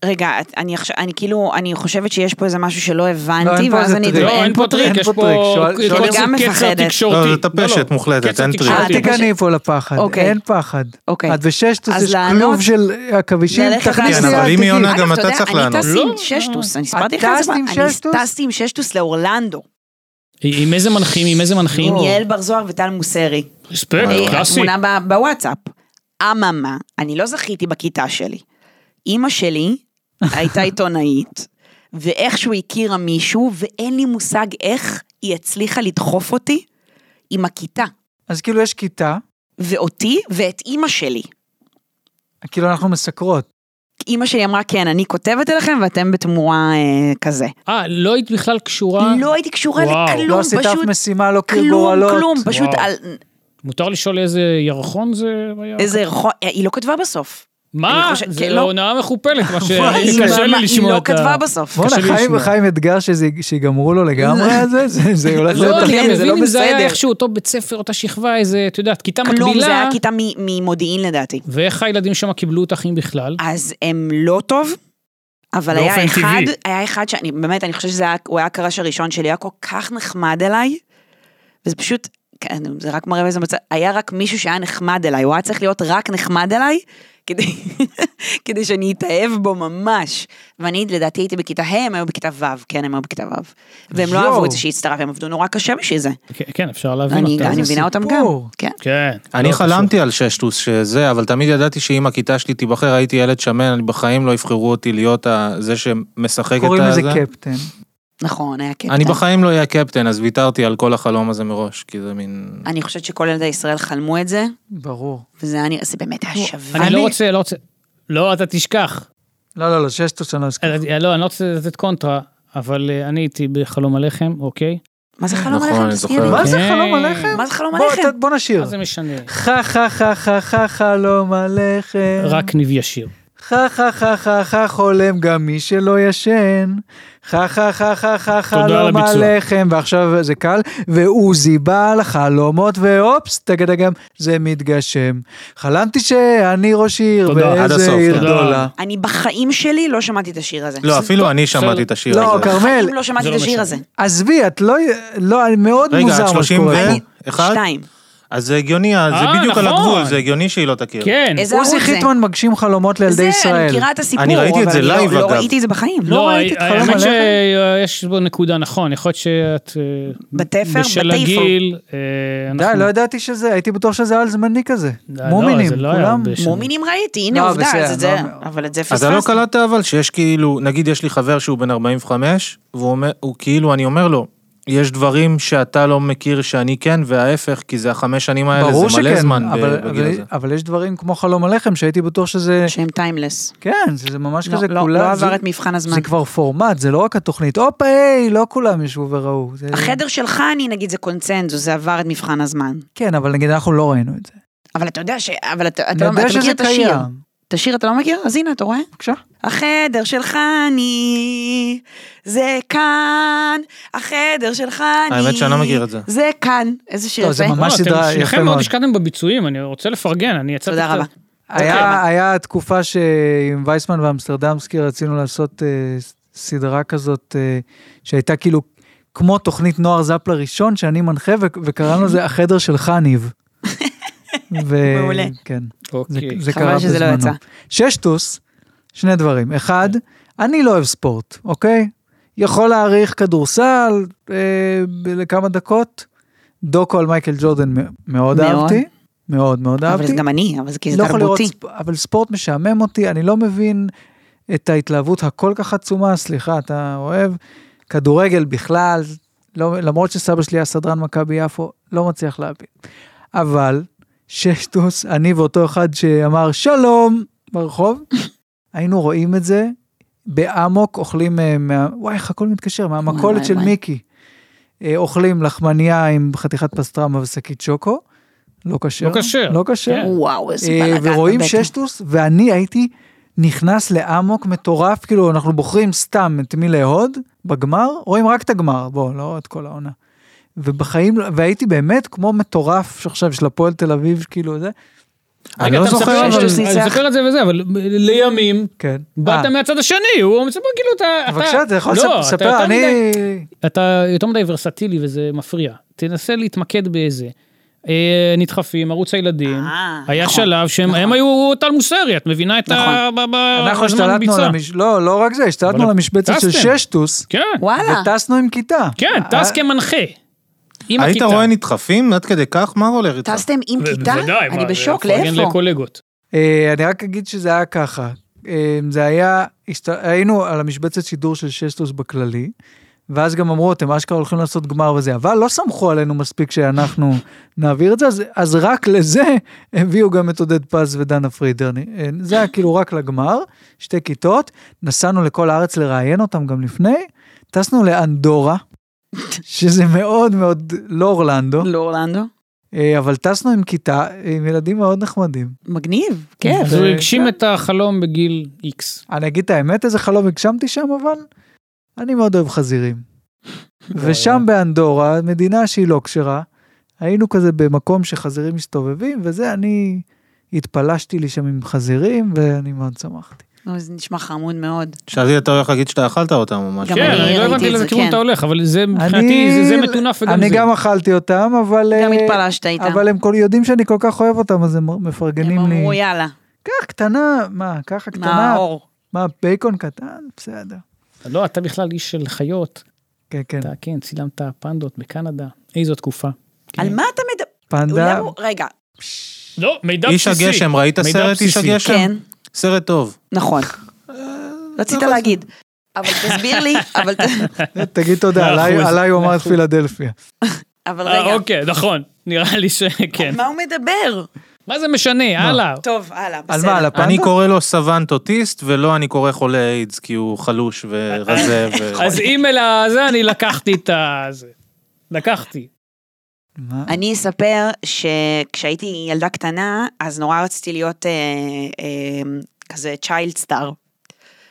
רגע, את- אני עכשיו, אני כאילו, אני חושבת שיש פה איזה משהו שלא לא, אין הבנתי, פה ואז איזה אני... טריק. לא, אין פה טריק, אין יש פה טריק. פה שואל- שואל- קצר- גם מפחדת. קצר תקשורת. לא, זה טפשת מוחלטת, אין טריק. אה, אל אוקיי. תיכני פה לפחד, אוקיי. אין פחד. אוקיי. את בשש אז תעשי לענות- כלוב של עכבישים, ללכת תכניסי, לענות. כן, אבל אל אם היא עונה תדעי. אגב, גם אתה יודע, צריך אני לענות. טסתי עם לא. ששטוס, אני את סיפרתי לך את זה, טסת עם אני ששטוס? טסתי עם ששטוס לאורלנדו, אה, עם איזה מנחים? עם איזה מנחים? עם יעל בר זוהר וטל מוסרי. רספקט, אה, קלאסי. התמונה ב- בוואטסאפ. אממה, אני לא זכיתי בכיתה שלי. אימא שלי הייתה עיתונאית, [LAUGHS] ואיכשהו הכירה מישהו, ואין לי מושג איך היא הצליחה לדחוף אותי עם הכיתה, אז כאילו יש כיתה, ואותי ואת אימא שלי. כאילו אנחנו מסקרות. אימא שלי אמרה, כן, אני כותבת אליכם ואתם בתמורה אה, כזה. אה, לא היית בכלל קשורה? לא הייתי קשורה וואו. לא לכלום, עשית אף פשוט... משימה, לא קיר כלום, גורלות. כלום, פשוט וואו. על מותר לשאול איזה ירחון זה היה? איזה רחוב, היא לא כתבה בסוף. אני מה? חושבת- זה כן, לא. הונאה מכופלת, [LAUGHS] מה ש... וואי, היא אה, קשה לא- לי היא לשמוע לא את כתבה ה... בסוף. בואנה, קשה לי חיים- לשמוע. חיים אתגר שזה- שיגמרו לו לא. לגמרי על זה, זה- זה הולך להיות לא, אני אחרת, זה לא מבין אם זה היה בסדר. איכשהו אותו בית ספר, אותה שכבה, איזה, את יודעת, כיתה כלום, זה היה מקבילה. כיתה מ- ממודיעין לדעתי. ואיך הילדים שם קיבלו אותך אם בכלל? אז הם לא טוב, אבל באופן היה אחד, טבעי. היה אחד שאני, באמת, אני חושבת שזה היה, הוא היה הקרש הראשון שלי, היה כל כך נחמד אליי, וזה פשוט, כן, זה רק מראה באיזה מצב, היה רק מישהו שהיה נחמד אליי, הוא היה צריך להיות רק נחמד אליי, כדי, [LAUGHS] כדי שאני אתאהב בו ממש. ואני, לדעתי, הייתי בכיתה ה', הם היו בכיתה ו', כן, הם היו בכיתה ו'. והם לא יואו. אהבו את זה שהצטרף, הם עבדו נורא קשה בשביל זה. כן, כן, אפשר להבין אה. אני אותה. אני איזה מבינה אותם גם. סיפור. כן. כן. אני לא, חלמתי על ששטוס שזה, אבל תמיד ידעתי שאם הכיתה שלי תיבחר, הייתי ילד שמן, אני בחיים לא יבחרו אותי להיות ה- זה שמשחק את ה... קוראים לזה זה. קפטן. נכון, היה קטע. אני בחיים לא אהיה קפטן, אז ויתרתי על כל החלום הזה מראש, כי זה מין... אני חושבת שכל ילדי ישראל חלמו את זה, ברור. וזה היה נראה, זה באמת היה חשוב. שווה. אני לא רוצה, לא רוצה... לא, אתה תשכח. לא, לא, לא, ששטוס אני לא אזכיר. אה, לא, אני לא רוצה לתת קונטרה, אבל אה, אני הייתי בחלום עליכם, אוקיי? מה זה חלום נכון, עליכם? אני תזכיר זוכר. לי. מה זה כן. חלום עליכם? מה זה חלום אוקיי. בוא, עליכם? ת- בוא נשיר. מה זה משנה? חה חה חה חה חה חלום עליכם. רק ניב ישיר. חה חה חה חה חה חולם גם מי שלא ישן. חה חה חה חה חה על חלום הביצוע. עליכם. ועכשיו זה קל. ועוזי בעל החלומות והופס, תגדגם, זה מתגשם. חלמתי שאני ראש עיר תודה, עד באיזה הסוף, כן. עיר תודה. גדולה. אני בחיים שלי לא שמעתי את השיר הזה. לא, אפילו אני שמעתי בסדר. את השיר לא, הזה. כרמל, בחיים לא שמעתי זה את לא השיר משנה. הזה. עזבי, את לא, לא, אני מאוד רגע, מוזר את מה 30 ו... שקורה. פה. אחד? שתיים. אז זה הגיוני, אז זה אה, בדיוק על נכון. הגבול, זה הגיוני שהיא לא תכיר. כן. איזה ערוץ עוזי זה? חיטמן מגשים חלומות לילדי זה, אני ישראל. מכירה את הסיפור, אני ראיתי את אבל זה אני לא- לייב, לא אגב. ראיתי את זה בחיים. לא ראיתי את חלום אה, האמת עליך? שיש בו נקודה נכון, יכול להיות שאת... אה, בתפר? בשל בתיפו. הגיל, אה, די, אנחנו- לא ידעתי שזה, הייתי בטוח שזה על זמני כזה. לא, מומינים, זה לא היה כולם. הרבה שנים. מומינים ראיתי, הנה לא, עובדה, בסדר, זה זה, לא. אבל את זה אז אתה לא פספסת. קלטת אבל שיש כאילו, נגיד יש לי חבר שהוא בן 45, והוא אומר, הוא כאילו, אני אומר לו, יש דברים שאתה לא מכיר שאני כן, וההפך, כי זה החמש שנים האלה, ברור זה מלא שכן, זמן ב- אבל, בגיל אבל, הזה. אבל יש דברים כמו חלום הלחם שהייתי בטוח שזה, שהם טיימלס. כן, שזה ממש לא, כזה לא, כולה, לא עבר זה, את מבחן הזמן. זה כבר פורמט, זה לא רק התוכנית, הופה, היי, לא כולם ישבו וראו. זה... החדר שלך, אני נגיד, זה קונצנזוס, זה עבר את מבחן הזמן. כן, אבל נגיד אנחנו לא ראינו את זה. אבל אתה יודע ש... אבל אתה, אני אתה, יודע אתה מכיר שזה את השיר. קיים. את השיר אתה לא מכיר? אז הנה, אתה רואה? בבקשה. החדר של חני, זה כאן, החדר של חני. האמת שאני לא מכיר את זה. זה כאן, איזה שיר לא, יפה. זה ממש לא, אתם סדרה יפה שניכם מאוד. מאוד השקעתם בביצועים, אני רוצה לפרגן, אני יצאתי... תודה קצת- רבה. היה, היה תקופה שעם וייסמן ואמסטרדמסקי רצינו לעשות אה, ס- סדרה כזאת אה, שהייתה כאילו כמו תוכנית נוער זאפ לראשון שאני מנחה ו- וקראנו לזה החדר של [LAUGHS] חניב. ו- מעולה. כן, זה, אוקיי. זה חבל קרה שזה לא בזמנו. יצא. ששטוס, שני דברים. אחד, אני לא אוהב ספורט, אוקיי? יכול להעריך כדורסל אה, ב- לכמה דקות. דוקו על מייקל ג'ורדן מ- מאוד מאוד. אהבתי. מאוד מאוד אהבתי. אבל זה גם אני, אבל זה כי זה לא יכול לראות, תרבותי. ספ- אבל ספורט משעמם אותי, אני לא מבין את ההתלהבות הכל כך עצומה, סליחה, אתה אוהב. כדורגל בכלל, לא, למרות שסבא שלי היה סדרן מכבי יפו, לא מצליח להבין. אבל ששטוס, אני ואותו אחד שאמר שלום ברחוב, [LAUGHS] היינו רואים את זה באמוק, אוכלים אה, מה... וואי, איך הכל מתקשר, וואי, מהמכולת וואי, של וואי. מיקי. אה, אוכלים לחמניה עם חתיכת פסטרמה ושקית שוקו. לא כשר. לא כשר. לא כשר. כן. וואו, איזה אה, בלאגן. ורואים בבטן. ששטוס, ואני הייתי נכנס לאמוק מטורף, כאילו אנחנו בוחרים סתם את מי לאהוד בגמר, רואים רק את הגמר, בוא, לא את כל העונה. ובחיים, לא- והייתי באמת כמו מטורף שעכשיו של הפועל תל אביב, כאילו זה, אני לא אתה מספר, זוכר, אבל- שיש לו אבל... ניצח. אני זוכר את זה וזה, אבל לימים, כן. באת אה, מהצד השני, הוא מספר כאילו אתה... אתה- בבקשה, אתה יכול לא, לספר, אתה ספר, יותר אני... מדי- אתה יותר מדי ורסטילי וזה מפריע. תנסה להתמקד באיזה. אה, נדחפים, ערוץ הילדים, אה, היה נכון, שלב שהם הם היו טל מוסרי, את מבינה את ה... נכון. ב- ב- אנחנו בזמן השתלטנו ביצוע. על המשבצת, לא, לא רק זה, השתלטנו אבל על המשבצת של טסתם. ששטוס, כן, וואלה. וטסנו עם כיתה. אה, כן, טס כמנחה. עם היית הכיתה. רואה נדחפים עד כדי כך? מה הולך איתך? טסתם עם ו- כיתה? בוודאי, מה, אני זה בשוק, לפרגן לאיפה? לקולגות. אה, אני רק אגיד שזה היה ככה, אה, זה היה, השת- היינו על המשבצת שידור של ששטוס בכללי, ואז גם אמרו, אתם אשכרה הולכים לעשות גמר וזה, אבל לא סמכו עלינו מספיק שאנחנו [LAUGHS] נעביר את זה, אז, אז רק לזה [LAUGHS] הביאו גם את עודד פז ודנה פרידר. אה, זה היה כאילו רק לגמר, שתי כיתות, נסענו לכל הארץ לראיין אותם גם לפני, טסנו לאנדורה, שזה מאוד מאוד לא אורלנדו, לאורלנדו. אה, אבל טסנו עם כיתה, עם ילדים מאוד נחמדים. מגניב, כיף. אז הוא זה- כן. הגשים את החלום בגיל איקס. אה, אני אגיד את האמת, איזה חלום הגשמתי שם, אבל אני מאוד אוהב [LAUGHS] חזירים. ושם באנדורה, מדינה שהיא לא כשרה, היינו כזה במקום שחזירים מסתובבים, וזה, אני התפלשתי לי שם עם חזירים, ואני מאוד שמחתי. נו, זה נשמע חמוד מאוד. חשבתי אתה הולך להגיד שאתה אכלת אותם או משהו. גם כן, אני אני לא ראיתי הבנתי את לאיזה זה, כיוון כן. אתה הולך, אבל זה מבחינתי, אני- זה- זה מטונף וגם זה. אני גם אכלתי אותם, אבל... גם אה, התפלשת איתם. אבל הם כל יודעים שאני כל כך אוהב אותם, אז הם הם מפרגנים אמרו לי. יאללה, כך, קטנה, מה, ככה קטנה? נאור. מה, בייקון קטן? בסדר. לא, אתה בכלל איש של חיות. כן, כן. אתה כן, צילמת פנדות בקנדה. איזו תקופה. על כן. מה אתה מדבר? פנדה, אולי הוא- רגע, לא, מידע איש הגשם, ראית מידע סרט איש בסיסי. הגשם? כן, סרט טוב. נכון. אה, רצית להגיד. אבל תסביר לי, [LAUGHS] אבל ת- תגיד תודה, מאה עליי- [LAUGHS] אחוז, עליי הוא אמר מאה את אחוז. פילדלפיה. אבל אה, רגע. אוקיי, כן. נכון, נראה לי שכן. על מה הוא מדבר? מה זה משנה, הלאה. טוב, הלאה, בסדר. על מה, על הפנדה? אני קורא לו סוונט אוטיסט, ולא אני קורא חולה איידס, כי הוא חלוש ורזה ו... אז אימייל הזה, אני לקחתי את ה... זה. לקחתי. מה? אני אספר שכשהייתי ילדה קטנה, אז נורא רציתי להיות אה, אה, כזה צ'יילד סטאר.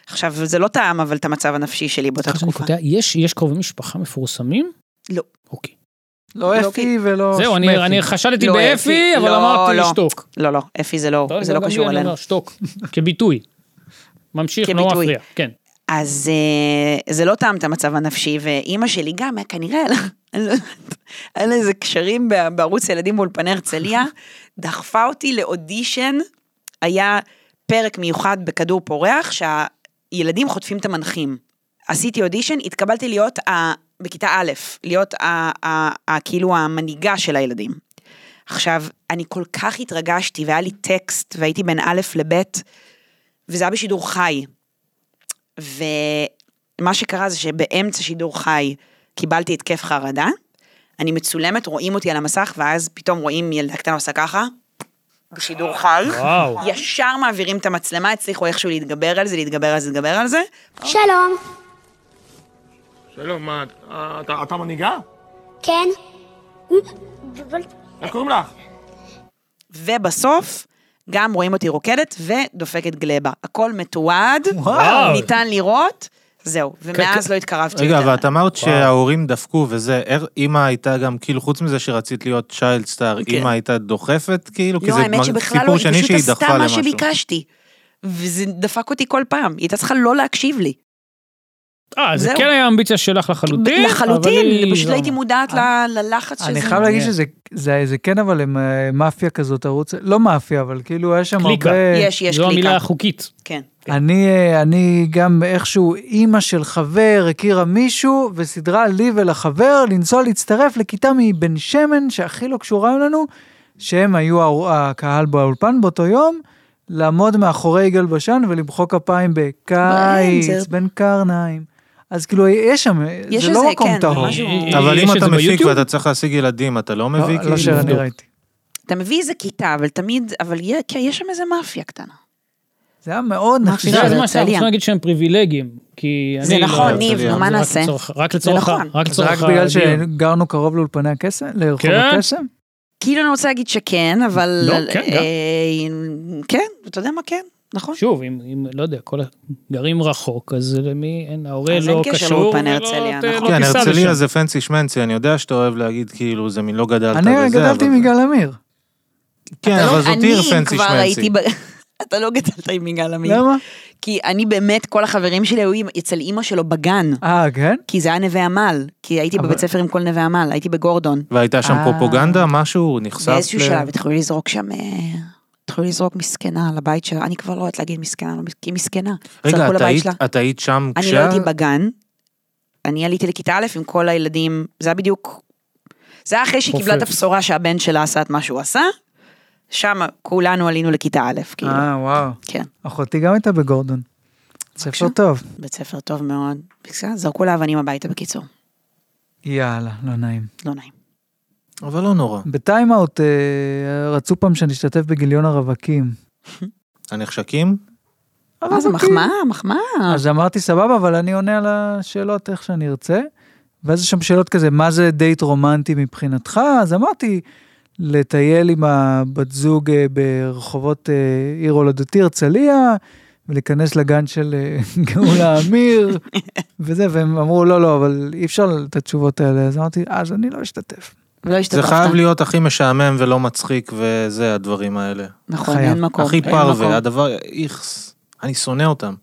עכשיו, זה לא טעם, אבל את המצב הנפשי שלי באותה סליחה שאני תקופה. קוטע, יש יש קרובי משפחה מפורסמים? לא. אוקיי. לא לא אפי ולא זהו, אני- שמפי. אני חשדתי לא, באפי, אפי. אבל לא, אמרתי לא. שתוק. לא, לא, אפי זה לא, זה לא גם לי קשור אני אלינו. אומר, שתוק, כביטוי. ממשיך, לא כביטוי. מפריע. כן. אז אה, זה לא טעם את המצב הנפשי, ואימא שלי גם, היה כנראה, [LAUGHS] היה לה- אני לא יודעת, היה לה איזה קשרים ב- בערוץ ילדים באולפני הרצליה, דחפה אותי לאודישן, היה פרק מיוחד בכדור פורח, שהילדים חוטפים את המנחים. עשיתי אודישן, התקבלתי להיות, ה, בכיתה א', להיות ה, ה, ה, כאילו המנהיגה של הילדים. עכשיו, אני כל כך התרגשתי, והיה לי טקסט, והייתי בין א' לב', וזה היה בשידור חי. ומה שקרה זה שבאמצע שידור חי קיבלתי התקף חרדה, אני מצולמת, רואים אותי על המסך, ואז פתאום רואים ילדה קטנה עושה ככה, בשידור חי, וואו. ישר מעבירים את המצלמה, הצליחו איכשהו להתגבר על זה, להתגבר על זה, להתגבר על זה. שלום, שלום, לא, מה, אתה, אתה מנהיגה? כן? איך קוראים לך? ובסוף גם רואים אותי רוקדת ודופקת גלבה. הכל מתועד, וואו. ניתן לראות, זהו. ומאז לא התקרבתי רגע, יותר. ואת אמרת שההורים דפקו וזה, איך- אימא הייתה גם, כאילו, חוץ מזה שרצית להיות צ'יילד סטאר, כן. אימא הייתה דוחפת, כאילו? כי לא, זה האמת מ- שבכלל לא, סיפור היא שני פשוט שהיא עשתה דחפה מה למשהו. שביקשתי. וזה דפק אותי כל פעם, היא הייתה צריכה לא להקשיב לי. אה, זה זהו. כן היה אמביציה שלך לחלוטין. אבל לחלוטין, היא פשוט לא- הייתי מודעת ל- ללחץ שזה... אני חייב להגיד שזה זה- זה כן, אבל הם אה, מאפיה כזאת, ערוץ, לא מאפיה, אבל כאילו היה שם קליקה. הרבה... יש, יש זו לא המילה קליקה. החוקית. כן. אני, אה, אני גם איכשהו, אימא של חבר הכירה מישהו וסידרה לי ולחבר לנסוע להצטרף לכיתה מבן שמן, שהכי לא קשורה אלינו, שהם היו הא- הקהל באולפן באותו יום, לעמוד מאחורי יגאל בשן ולמחוא כפיים בקיץ, זה- בין קרניים. אז כאילו, יש שם, יש זה לא איזה, מקום כן, טהור. משהו. אבל אה, יש אם את אתה זה מפיק ביוטיוב? ואתה צריך להשיג ילדים, אתה לא מביא, לא- לא כאילו? שאני לבדוק. ראיתי. אתה מביא איזה כיתה, אבל תמיד, אבל יה- כן, יש שם איזה מאפיה קטנה. זה היה מאוד נחשב. זה לא, זה הזמן שאנחנו הרצליה. צריכים להגיד שהם פריבילגיים, כי אני... זה לא נכון, הרצליה. ניב, נו, מה זה רק נעשה? לצורך- רק זה לצורך ה... נכון. רק זה לצורך רק בגלל הדיון. שגרנו קרוב לאולפני הקסם, לרחוב כן. הקסם? כאילו אני רוצה להגיד שכן, אבל... לא, כן, גם. אה, כן, אתה יודע מה כן, נכון. שוב, אם, אם, לא יודע, כל ה- גרים רחוק, אז למי, אין, ההורה אז לא אין קשר קשור, לאולפני ולא הרצליה, ת- נכון. לא כן, תיסע הרצליה לשם. זה פנסי שמנצי, אני יודע שאתה אוהב להגיד, כאילו, זה מלא גדלת אני וזה, גדלתי אבל- מגל עמיר. כן, אתה לא- אבל זאת עיר אני פנסי כבר הייתי... שמנצי. ב- [LAUGHS] אתה לא גדלת עם יגאל עמיר. למה? כי אני באמת, כל החברים שלי היו עם- אצל אימא שלו בגן. אה, כן? כי זה היה נווה עמל, כי הייתי בבית ספר עם כל נווה עמל, הייתי בגורדון. והייתה שם אה. פרופוגנדה, משהו, נחשף באיזשהו ל- שלב התחילו לזרוק שם, אה, התחילו לזרוק מסכנה על הבית שלה, אני כבר לא יודעת להגיד מסכנה, לא מס- כי היא מסכנה. רגע, זרקו את לבית היית- שלה. את היית שם אני כשה... לא הייתי בגן, אני עליתי לכיתה א' עם כל הילדים, זה היה בדיוק, זה היה אחרי שהיא קיבלה את אוקיי. חופף. הבשורה שהבן שלה עשה את מה שהוא עשה, שם כולנו עלינו לכיתה א', כאילו, אה, וואו. כן, אחותי גם הייתה בגורדון. ספר טוב. בית ספר טוב מאוד, בסדר, זרקו לה אבנים הביתה בקיצור, יאללה, לא נעים. לא נעים. אבל לא נורא. בטיימאוט אה, רצו פעם שנשתתף בגיליון הרווקים. הנחשקים? מה אה, זה מחמאה, אה. מחמאה. אז אמרתי סבבה, אבל אני עונה על השאלות איך שאני ארצה. ואז יש שם שאלות כזה, מה זה דייט רומנטי מבחינתך? אז אמרתי, לטייל עם הבת זוג אה, ברחובות אה, עיר הולדתי הרצליה, ולהיכנס לגן של אה, [LAUGHS] גאולה [LAUGHS] עמיר, וזה, והם אמרו, לא, לא, אבל אי אפשר את התשובות האלה. אז אמרתי, אז אני לא אשתתף. ולא זה השתתפת. חייב להיות הכי משעמם ולא מצחיק וזה הדברים האלה. נכון, חייב. אין מקום. הכי אין מקום. פרווה, הדבר, איכס, אני שונא אותם.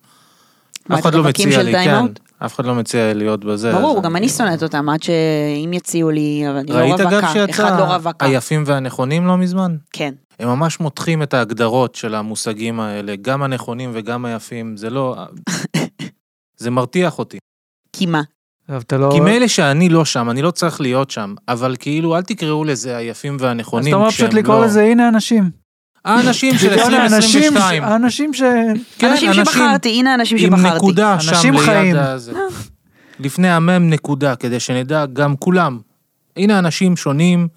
מה, אף את אחד לא הרווקים מציע של לי, Time כן, Out? אף אחד לא מציע להיות בזה. ברור, אז גם אני שונאת אותם, עד שאם יציעו לי, אבל אני לא ראית גם רווקה, אחד לא שיצא רווקה. היפים והנכונים לא מזמן? כן. הם ממש מותחים את ההגדרות של המושגים האלה, גם הנכונים וגם היפים, זה [LAUGHS] לא... זה מרתיח אותי. כי מה? אבל אתה לא... כי מילא שאני לא שם, אני לא צריך להיות שם, אבל כאילו, אל תקראו לזה היפים אז אתה והנכונים כשהם לא... אומר פשוט לקרוא לזה, הנה אנשים. האנשים [LAUGHS] של גיליון האנשים, 2022. האנשים ש... כן, אנשים שבחרתי, הנה האנשים עם שבחרתי. נקודה שם אנשים ליד חיים. הזה. לפני המם נקודה, כדי שנדע גם כולם. הנה אנשים שונים,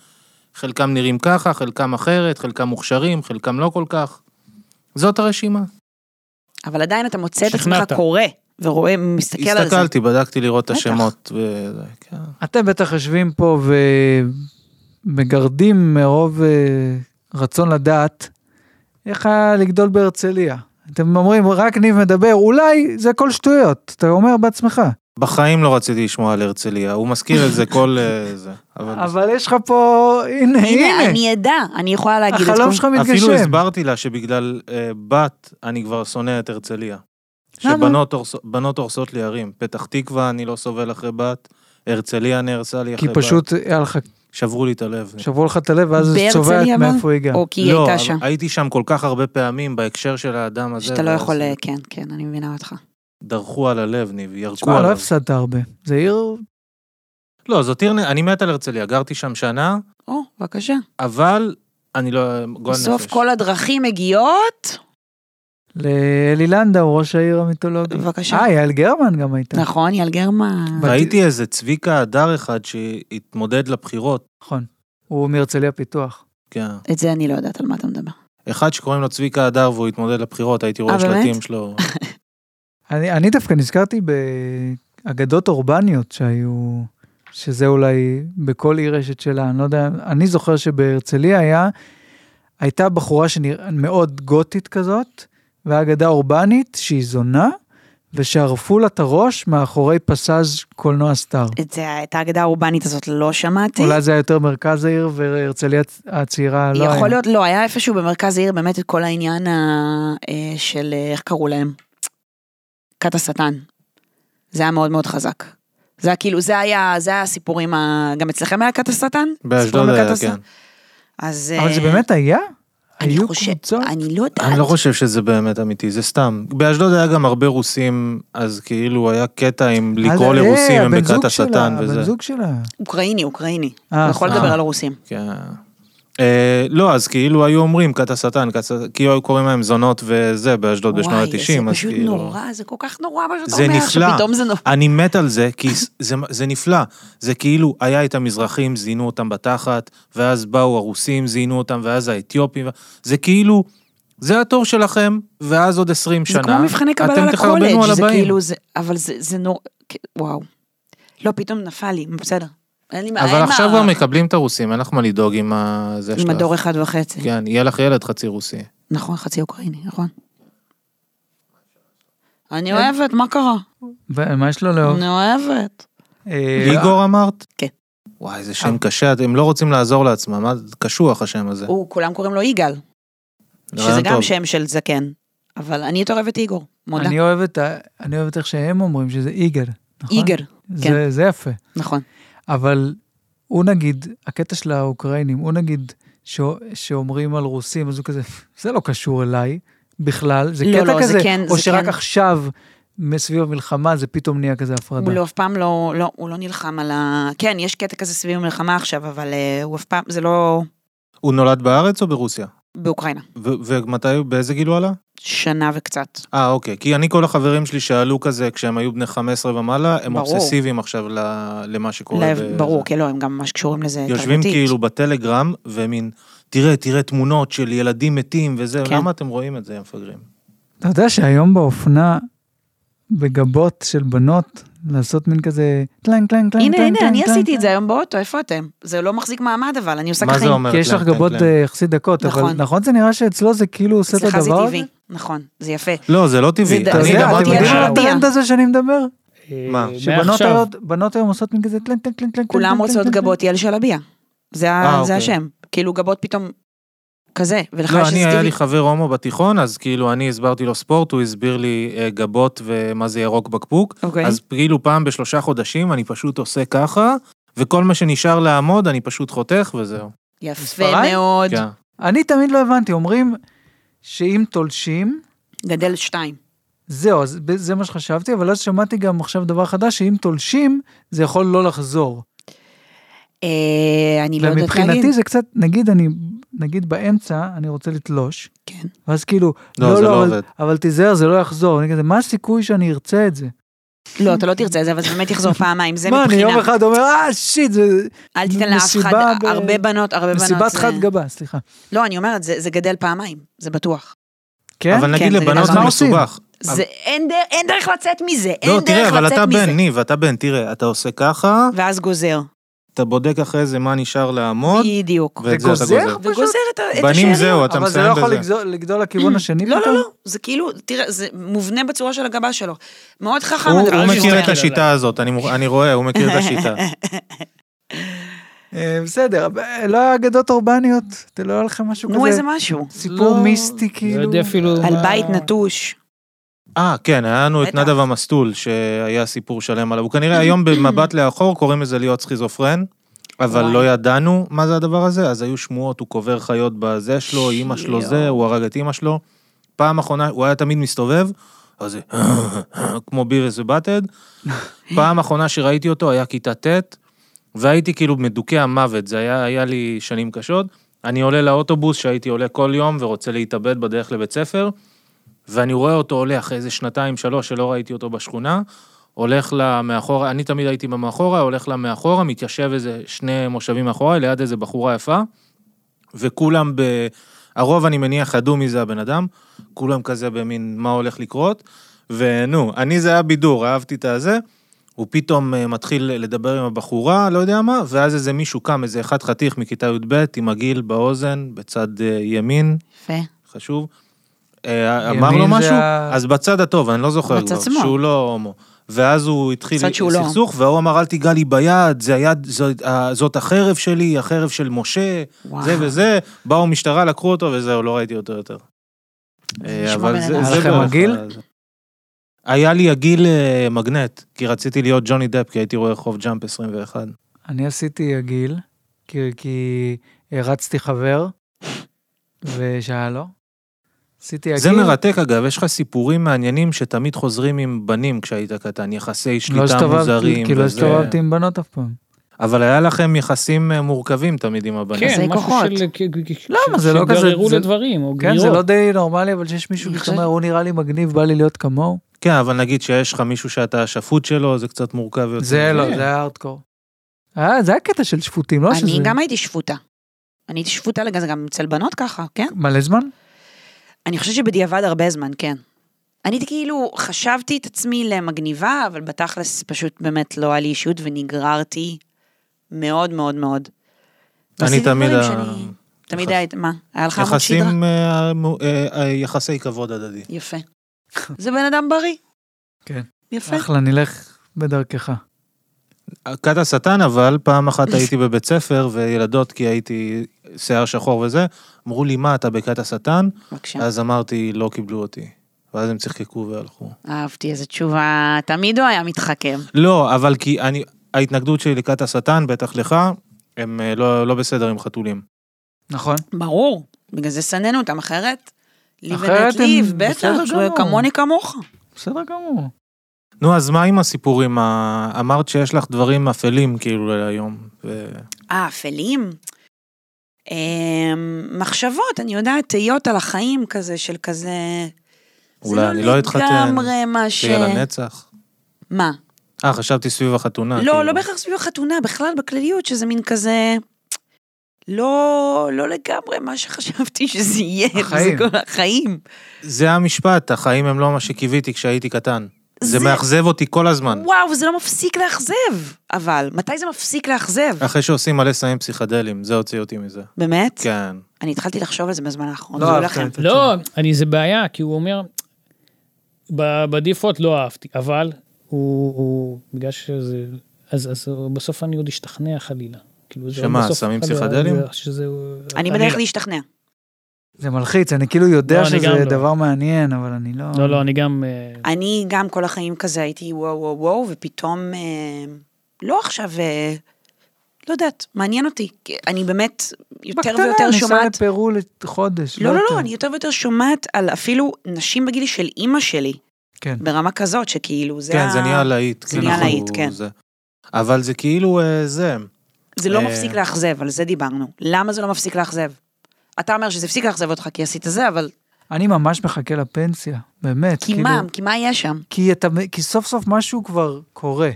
חלקם נראים ככה, חלקם אחרת, חלקם מוכשרים, חלקם לא כל כך. זאת הרשימה. אבל עדיין אתה מוצא את שכנעת. עצמך קורא, ורואה, מסתכל על זה. הסתכלתי, בדקתי לראות את בטח. השמות. וזה, כן. אתם בטח יושבים פה ומגרדים מרוב אה, רצון לדעת איך היה לגדול בהרצליה. אתם אומרים, רק ניב מדבר, אולי זה הכל שטויות, אתה אומר בעצמך. בחיים לא רציתי לשמוע על הרצליה, הוא מזכיר את זה כל אה, זה. אבל אבל יש לך פה, הנה, הנה, הנה, אני עדה, אני יכולה להגיד את החלום כל- שלך אפילו מתגשם. הסברתי לה שבגלל אה, בת, אני כבר שונא את הרצליה. למה? שבנות הורס- בנות הורסות לי ערים. פתח תקווה, אני לא סובל אחרי בת. הרצליה נהרסה לי כי אחרי בת. פשוט היה לך, שברו לי את הלב. שברו לך את הלב, ואז זה צובע את בהרצליה אבל? מאיפה הוא הגיע. או כי היא לא, הייתה אבל שם. הייתי שם כל כך הרבה פעמים בהקשר של האדם הזה. שאתה לא ואז יכול, כן, כן, אני מבינה אותך. דרכו על הלב, ניב, ירקו תשמע, לא עליו. הפסדת הרבה. זה עיר, לא, זאת עיר... נ- אני מת על הרצליה, גרתי שם שנה, או, בבקשה. אבל אני לא... גועל בסוף נפש. כל הדרכים מגיעות לאלי לנדאו, ראש העיר המיתולוגי. בבקשה. אה, יעל גרמן גם הייתה. נכון, יעל גרמן. ראיתי איזה צביקה הדר אחד שהתמודד לבחירות. נכון. הוא מהרצליה פיתוח. כן. את זה אני לא יודעת על מה אתה מדבר. אחד שקוראים לו צביקה הדר והוא התמודד לבחירות, הייתי רואה אה, באמת? [LAUGHS] שלטים שלו. אני, אני דווקא נזכרתי באגדות אורבניות שהיו, שזה אולי בכל עיר רשת שלה, אני לא יודע, אני זוכר שבהרצליה היה, הייתה בחורה שנראית מאוד גותית כזאת, והאגדה אורבנית שהיא זונה, ושערפו לה את הראש מאחורי פסאז' קולנוע סטאר. את זה, את האגדה האורבנית הזאת לא שמעתי. אולי זה היה יותר מרכז העיר והרצליה הצעירה לא יכול היה. להיות, לא, היה איפשהו במרכז העיר באמת את כל העניין ה- אה, של, אה, איך קראו להם? כת השטן. זה היה מאוד מאוד חזק. זה היה כאילו, זה היה, זה היה הסיפורים, ה... גם אצלכם היה כת השטן? באשדוד סיפורים על כת היה, השטן? כן. אז... אבל אה, זה באמת היה? אני היו חושב- קבוצות? אני לא יודעת. אני לא חושב שזה באמת אמיתי, זה סתם. באשדוד היה גם הרבה רוסים, אז כאילו היה קטע עם לקרוא אז- אה, לרוסים הם הבן זוג בכת שלה, השטן הבן וזה. זוג שלה. אוקראיני, אוקראיני. אה, הוא יכול סליחה. לדבר על הרוסים. כן. אה, לא, אז כאילו היו אומרים כת השטן, כת השטן", כאילו היו קוראים להם זונות וזה באשדוד בשנות וואי, ה-90, זה אז פשוט כאילו... נורא, זה כל כך נורא מה שאתה זה אומר, נפלא, שפתאום זה נורא. אני מת על זה, כי זה, זה נפלא. זה כאילו, היה את המזרחים, זינו אותם בתחת, ואז באו הרוסים, זינו אותם, ואז האתיופים, זה כאילו, זה התור שלכם, ואז עוד 20 זה שנה, כמו מבחני קבלה אתם תחרבנו לקולג', על זה הבאים. כאילו, זה, אבל זה, זה נורא, כ- וואו. לא, פתאום נפל לי, בסדר. אין לי מה, אבל אין עכשיו מה- כבר מקבלים את הרוסים, אין לך מה לדאוג עם ה- זה עם שלך. הדור אחד וחצי. כן, יהיה לך ילד חצי רוסי. נכון, חצי אוקראיני, נכון. כן. אני אוהבת, מה קרה? ומה יש לו לאהוב? אני אוהבת. כן. אה, ליגור אמרת? כן. וואי, זה שם קשה, הם לא רוצים לעזור לעצמם, מה- קשוח השם הזה. הוא, כולם קוראים לו יגאל, שזה רעיון גם טוב. שם של זקן. אבל אני יותר אוהבת איגור, מודה. אני אוהב את ה... אני אוהב את איך שהם אומרים שזה איגר. נכון? איגר, זה, זה יפה. נכון. אבל הוא נגיד, הקטע של האוקראינים, הוא נגיד ש... שאומרים על רוסים, אז הוא כזה, זה לא קשור אליי בכלל, זה לא, קטע לא, זה כזה, כן, או זה שרק כן. עכשיו, מסביב המלחמה, זה פתאום נהיה כזה הפרדה. הוא לא אף פעם לא, לא, הוא לא נלחם על ה... כן, יש קטע כזה סביב המלחמה עכשיו, אבל אה, הוא אף פעם, זה לא... הוא נולד בארץ או ברוסיה? באוקראינה. ו- ומתי, באיזה גיל הוא עלה? שנה וקצת. אה, אוקיי. כי אני, כל החברים שלי שעלו כזה כשהם היו בני 15 ומעלה, הם ברור. אובססיביים עכשיו ל- למה שקורה. לב, ב- ברור, כי לא, הם גם ממש קשורים לזה תרבותית. יושבים כאילו בטלגרם, ומין, תראה, תראה תמונות של ילדים מתים וזה, כן. למה אתם רואים את זה, המפגרים? אתה יודע שהיום באופנה, בגבות של בנות, לעשות מין כזה טלנג, טלנג, טלנג, הנה, טלנג, הנה, טלנג, אני טלנג, עשיתי טלנג. את זה היום באוטו, איפה אתם? זה לא מחזיק מעמד, אבל אני עושה מה זה כן, ככה. אומר? כי יש לך טלנג, גבות טלנג, טלנג? אה, יחסית דקות, אבל נכון. נכון זה נראה שאצלו זה כאילו עושה את הדבר אצלך הזה? זה טבעי, נכון, זה יפה. לא, זה לא טבעי. זה ד- אתה אני יודע, למדתי אתם גמרתי יודעים להרגיע. על משהו. הטרנד הזה שאני מדבר? מה? אה, שבנות מעכשיו. היום- בנות היום עושות מין כזה טלנג טלנג טלנג טלנג. כולם טלנג, רוצות טלנג, גבות יעל שלביה. זה ה- אה, זה אוקיי. השם. כאילו גבות פתאום כזה, ולך לא, יש אני, היה טבעי. לי חבר הומו בתיכון, אז כאילו אני הסברתי לו ספורט, הוא הסביר לי אה, גבות ומה זה ירוק בקבוק. אוקיי. אז כאילו פעם בשלושה חודשים אני פשוט עושה ככה, וכל מה שנשאר לעמוד אני פשוט חותך וזהו. יפה בספרד? מאוד. כן. טלנג. אני תמיד לא הבנתי, אומרים שאם תולשים, גדל שתיים. זהו, אז ב- זה מה שחשבתי, אבל אז שמעתי גם עכשיו דבר חדש, שאם תולשים, זה יכול לא לחזור. אה, אני לא יודעת להגיד. ומבחינתי זה קצת, נגיד אני, נגיד באמצע, אני רוצה לתלוש, כן. ואז כאילו, לא, לא, זה לא, לא אבל- עובד. אבל תיזהר, זה לא יחזור. אני כזה, מה הסיכוי שאני ארצה את זה? לא, אתה לא תרצה את זה, אבל זה באמת יחזור פעמיים, [LAUGHS] זה מה, אני יום מבחינה. אחד אומר, אה, שיט, זה אל תיתן לאף אחד, מסיבה ב- הרבה בנות, הרבה בנות. מסיבת זה- חד גבה, סליחה. לא, אני אומרת, זה זה גדל פעמיים, זה בטוח. כן? אבל כן, נגיד זה לבנות גם- זה מה עושים? מסובך. זה אין, דר, אין דרך לצאת מזה, אין לא, דרך תראה, אבל לצאת אתה מזה. בן, ניב, אתה בן, תראה, אתה עושה ככה, ואז גוזר, אתה בודק אחרי זה מה נשאר לעמוד, בדיוק. ואת זה אתה וגוזר? גוזר. פשוט- וגוזר את, ה- את בנים השאריות. זהו, אתה אבל זה לא מסיים יכול בזה. לגזול- לגדול לכיוון השני לא, פתאום? לא, לא, זה כאילו, תראה, זה מובנה בצורה של הגבה שלו. מאוד חכם הוא הדבר הוא שאתה מכיר אומר. את השיטה הזאת, אני מוכ- אני רואה, הוא מכיר את [LAUGHS] השיטה. אה, בסדר, אבל לא היה אגדות אורבניות, זה לא היה לכם משהו נו, איזה כזה, משהו. סיפור לא- מיסטי כאילו. לא יודע אפילו... על מה- בית נטוש. אה, כן, היה לנו את בטח. נדב המסטול, שהיה סיפור שלם עליו. הוא כנראה היום [COUGHS] במבט לאחור, קוראים לזה להיות סכיזופרן, אבל וואי. לא ידענו מה זה הדבר הזה, אז היו שמועות, הוא קובר חיות בזה שלו, אימא שלו זה, הוא הרג את אימא שלו. פעם אחרונה, הוא היה תמיד מסתובב, אז זה [COUGHS] כמו ביבס ובטד. [LAUGHS] פעם אחרונה שראיתי אותו היה כיתה ט', והייתי כאילו מדוכא המוות, זה היה, היה לי שנים קשות. אני עולה לאוטובוס שהייתי עולה כל יום ורוצה להתאבד בדרך לבית ספר, ואני רואה אותו הולך איזה שנתיים, שלוש, שלא ראיתי אותו בשכונה, הולך לה מאחורה, אני תמיד הייתי במאחורה, הולך לה מאחורה, מתיישב איזה שני מושבים מאחורה, ליד איזה בחורה יפה, וכולם ב... הרוב, אני מניח, הדומי זה הבן אדם, כולם כזה במין מה הולך לקרות, ונו, אני זה היה בידור, אהבתי את הזה. הוא פתאום אה, מתחיל לדבר עם הבחורה, לא יודע מה, ואז איזה מישהו קם, איזה אחד חתיך מכיתה י"ב עם עגיל באוזן, בצד אה, ימין, יפה. חשוב. אה, ימין אמר לו זה משהו, ה- אז בצד הטוב, אני לא זוכר בצד כבר, שמאל. שהוא לא הומו. ואז הוא התחיל בצד שהוא לא. סכסוך, והוא אמר, אל תיגע לי ביד, זה היד, זאת, אה, זאת החרב שלי, החרב של משה, וואו. זה וזה, באו משטרה, לקחו אותו, וזהו, לא ראיתי אותו יותר. אה, נשמע אבל בן זה- אדם. זה היה לכם בערך עגיל? ה- זה. היה לי עגיל אה, מגנט, כי רציתי להיות ג'וני דפ, כי הייתי רואה חוב ג'אמפ 21. אני עשיתי עגיל, כי, כי הרצתי חבר, ושהיה לו. עשיתי לא עגיל. זה מרתק אגב, יש לך סיפורים מעניינים שתמיד חוזרים עם בנים כשהיית קטן, יחסי לא שליטה הסתובבתי, מוזרים. כאילו לא וזה. הסתובבתי עם בנות אף פעם. אבל היה לכם יחסים אה, מורכבים תמיד עם הבנים. כן, יחסי משהו לא, כוחות. של... כ- כ- למה? ש- זה לא כזה- שגררו זה- לדברים, או כן, גרירות. זה לא די נורמלי, אבל שיש מישהו אני שאתה אומר, הוא נראה לי מגניב, בא לי להיות כמוהו. כן, אבל נגיד שיש לך מישהו שאתה השפוט שלו, זה קצת מורכב יותר. זה לא, זה היה הארדקור. אה, זה היה קטע של שפוטים, לא שזה... אני גם הייתי שפוטה. אני הייתי שפוטה לגמרי, גם אצל בנות ככה, כן? מלא זמן? אני חושבת שבדיעבד הרבה זמן, כן. אני כאילו חשבתי את עצמי למגניבה, אבל בתכלס פשוט באמת לא היה לי אישיות ונגררתי מאוד מאוד מאוד. אני ועשיתי תמיד... דברים ה- שאני- תמיד יחס- היה, מה? היה לך עמוד שדרה? יחסים... אה, מו- אה, אה, יחסי כבוד הדדי. יפה. [LAUGHS] זה בן אדם בריא. כן. יפה. נכון. אחלה, נלך בדרכך. כת השטן, אבל פעם [LAUGHS] אחת הייתי בבית ספר, וילדות, כי הייתי שיער שחור וזה, אמרו לי, מה, אתה בכת השטן? בבקשה. אז אמרתי, לא קיבלו אותי. ואז הם צחקקו והלכו. אהבתי איזה תשובה, תמיד הוא היה מתחכם. לא, אבל כי אני, ההתנגדות שלי לכת השטן, בטח לך, הם אה, לא, לא בסדר עם חתולים. נכון. ברור. בגלל זה סננו אותם, אחרת? לי אחרת ונת ליב, הם בטח, בסדר שהוא גמור. כמוני כמוך. בסדר גמור. נו, אז מה עם הסיפורים? ה- אמרת שיש לך דברים אפלים כאילו להיום. ו... אה, אפלים? אמ, מחשבות, אני יודעת, תהיות על החיים כזה, של כזה... זה אולי אני לא אתחתן, לגמרי מה ש... שיהיה לנצח. מה? אה, חשבתי סביב החתונה. כאילו. לא, לא בהכרח סביב החתונה, בכלל בכלליות, שזה מין כזה... לא, לא לגמרי מה שחשבתי שזה יהיה, החיים. זה כל החיים. זה המשפט, החיים הם לא מה שקיוויתי כשהייתי קטן. זה זה- מאכזב אותי כל הזמן. וואו, זה לא מפסיק לאכזב, אבל מתי זה מפסיק לאכזב? אחרי שעושים מלא סמים פסיכדלים, זה הוציא אותי מזה. באמת? כן. אני התחלתי לחשוב על זה בזמן האחרון, לא זה אהבת לכם. את לא, אני, זה בעיה, כי הוא אומר, ב- בדיפולט לא אהבתי, אבל הוא, הוא בגלל שזה, אז, אז בסוף אני עוד אשתכנע חלילה. כאילו זה שמה, בסוף סמים חלילה, פסיכדלים? זה- שזה, אני חלילה. בדרך להשתכנע. זה מלחיץ, אני כאילו יודע לא, אני גם שזה לא. דבר מעניין, אבל אני לא... לא, לא, אני גם... אה, אני גם כל החיים כזה הייתי וואו וואו וואו, ופתאום, אה, לא עכשיו, אה, לא יודעת, מעניין אותי. כי אני באמת יותר בקטנה, ויותר ניסע שומעת... לפרו לחודש. לא, לא, יותר. לא, אני יותר ויותר שומעת על אפילו נשים בגיל של אימא שלי, כן. ברמה כזאת, שכאילו זה... כן, ה- זה נהיה להיט. זה נהיה אנחנו- להיט, כן. זה. אבל זה כאילו אה, זה. זה לא אה. מפסיק לאכזב, על זה דיברנו. למה זה לא מפסיק לאכזב? אתה אומר שזה הפסיק לאכזב אותך כי עשית זה, אבל אני ממש מחכה לפנסיה, באמת. כי כאילו- מה, כי מה יהיה שם? כי, אתה, כי סוף סוף משהו כבר קורה.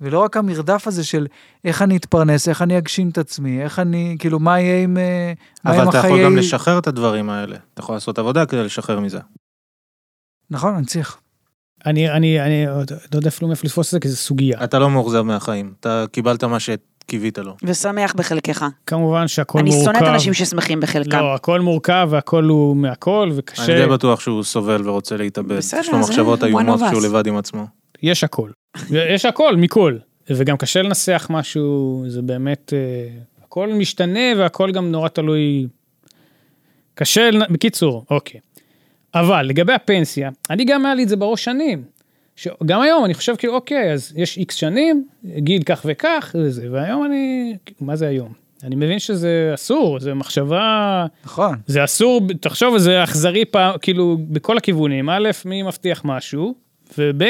ולא רק המרדף הזה של איך אני אתפרנס, איך אני אגשים את עצמי, איך אני, כאילו, מה יהיה עם, אה, מה עם אבל אתה החיי... יכול גם לשחרר את הדברים האלה. אתה יכול לעשות עבודה כדי לשחרר מזה. נכון, אני צריך. אני, אני, אני עוד- לא יודע אפילו מאיפה לתפוס את זה, כי זו סוגיה. אתה לא מאוכזב מהחיים, אתה קיבלת מה שקיווית לו. ושמח בחלקך. כמובן שהכל אני מורכב. שונאת אנשים ששמחים בחלקם. לא, הכל מורכב והכל הוא מהכל אני וקשה, די בטוח שהוא סובל ורוצה להתאבד. בסדר, יש לו זה מחשבות one איומות of us. כשהוא לבד עם עצמו. יש הכל. יש הכל, מכל. וגם קשה לנסח משהו, זה באמת, אה, הכל משתנה והכל גם נורא תלוי. קשה, לנ- בקיצור, אוקיי. אבל לגבי הפנסיה, אני גם היה לי את זה בראש שנים. שגם היום אני חושב כאילו, אוקיי, אז יש איקס שנים, גיל כך וכך, וזה, והיום אני, מה זה היום? אני מבין שזה אסור, זה מחשבה נכון. זה אסור, תחשוב, זה אכזרי פעם, כאילו, בכל הכיוונים. א', מי מבטיח משהו, וב',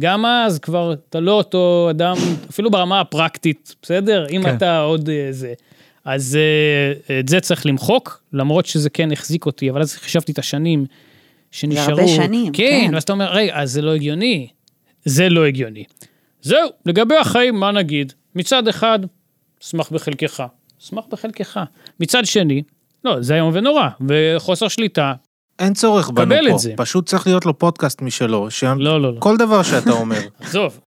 גם אז כבר אתה לא אותו אדם, אפילו ברמה הפרקטית, בסדר? אם כן. אתה עוד אה, זה. אז אה, את זה צריך למחוק, למרות שזה כן החזיק אותי, אבל אז חישבתי את השנים שנשארו... הרבה שנים, כן, כן. ואז אתה אומר, רגע, אז זה לא הגיוני. זה לא הגיוני. זהו, לגבי החיים, מה נגיד? מצד אחד, שמח בחלקך. שמח בחלקך. מצד שני, לא, זה איום ונורא, וחוסר שליטה. אין צורך בנו קבל את פה, זה. פשוט צריך להיות לו פודקאסט משלו, לא, לא, לא. שכל דבר שאתה [LAUGHS] אומר, עזוב,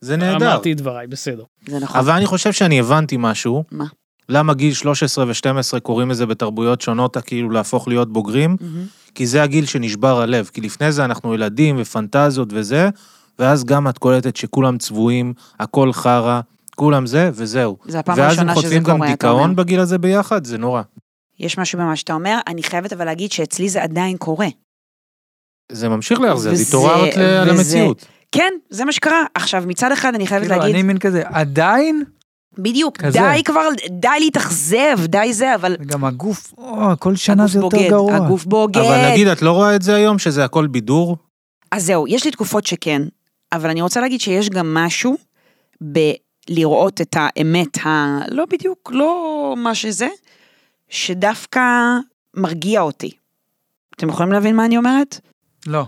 זה נהדר. אמרתי את דבריי, בסדר. זה נכון. אבל אני חושב שאני הבנתי משהו, מה? למה גיל 13 ו-12 קוראים לזה בתרבויות שונות, כאילו להפוך להיות בוגרים, Mm. כי זה הגיל שנשבר הלב, כי לפני זה אנחנו ילדים ופנטזיות וזה, ואז גם את קולטת שכולם צבועים, הכל חרא, כולם זה, וזהו. זה הפעם הראשונה ואז שזה אם חוטפים גם קורה, אתה אומר. דיכאון בגיל הזה ביחד, זה נורא. יש משהו במה שאתה אומר, אני חייבת אבל להגיד שאצלי זה עדיין קורה. זה ממשיך לאכזב, וזה- התעוררת ל- על וזה- המציאות. כן, זה מה שקרה. עכשיו, מצד אחד אני חייבת כאילו, להגיד, אני מין כזה, עדיין, בדיוק, כזה. די כבר, די להתאכזב, די זה, אבל גם הגוף, או, כל שנה הגוף זה יותר בוגד, גרוע. הגוף בוגד. אבל נגיד, את לא רואה את זה היום, שזה הכל בידור? אז זהו, יש לי תקופות שכן, אבל אני רוצה להגיד שיש גם משהו בלראות את האמת הלא בדיוק, לא מה שזה, שדווקא מרגיע אותי. אתם יכולים להבין מה אני אומרת? לא,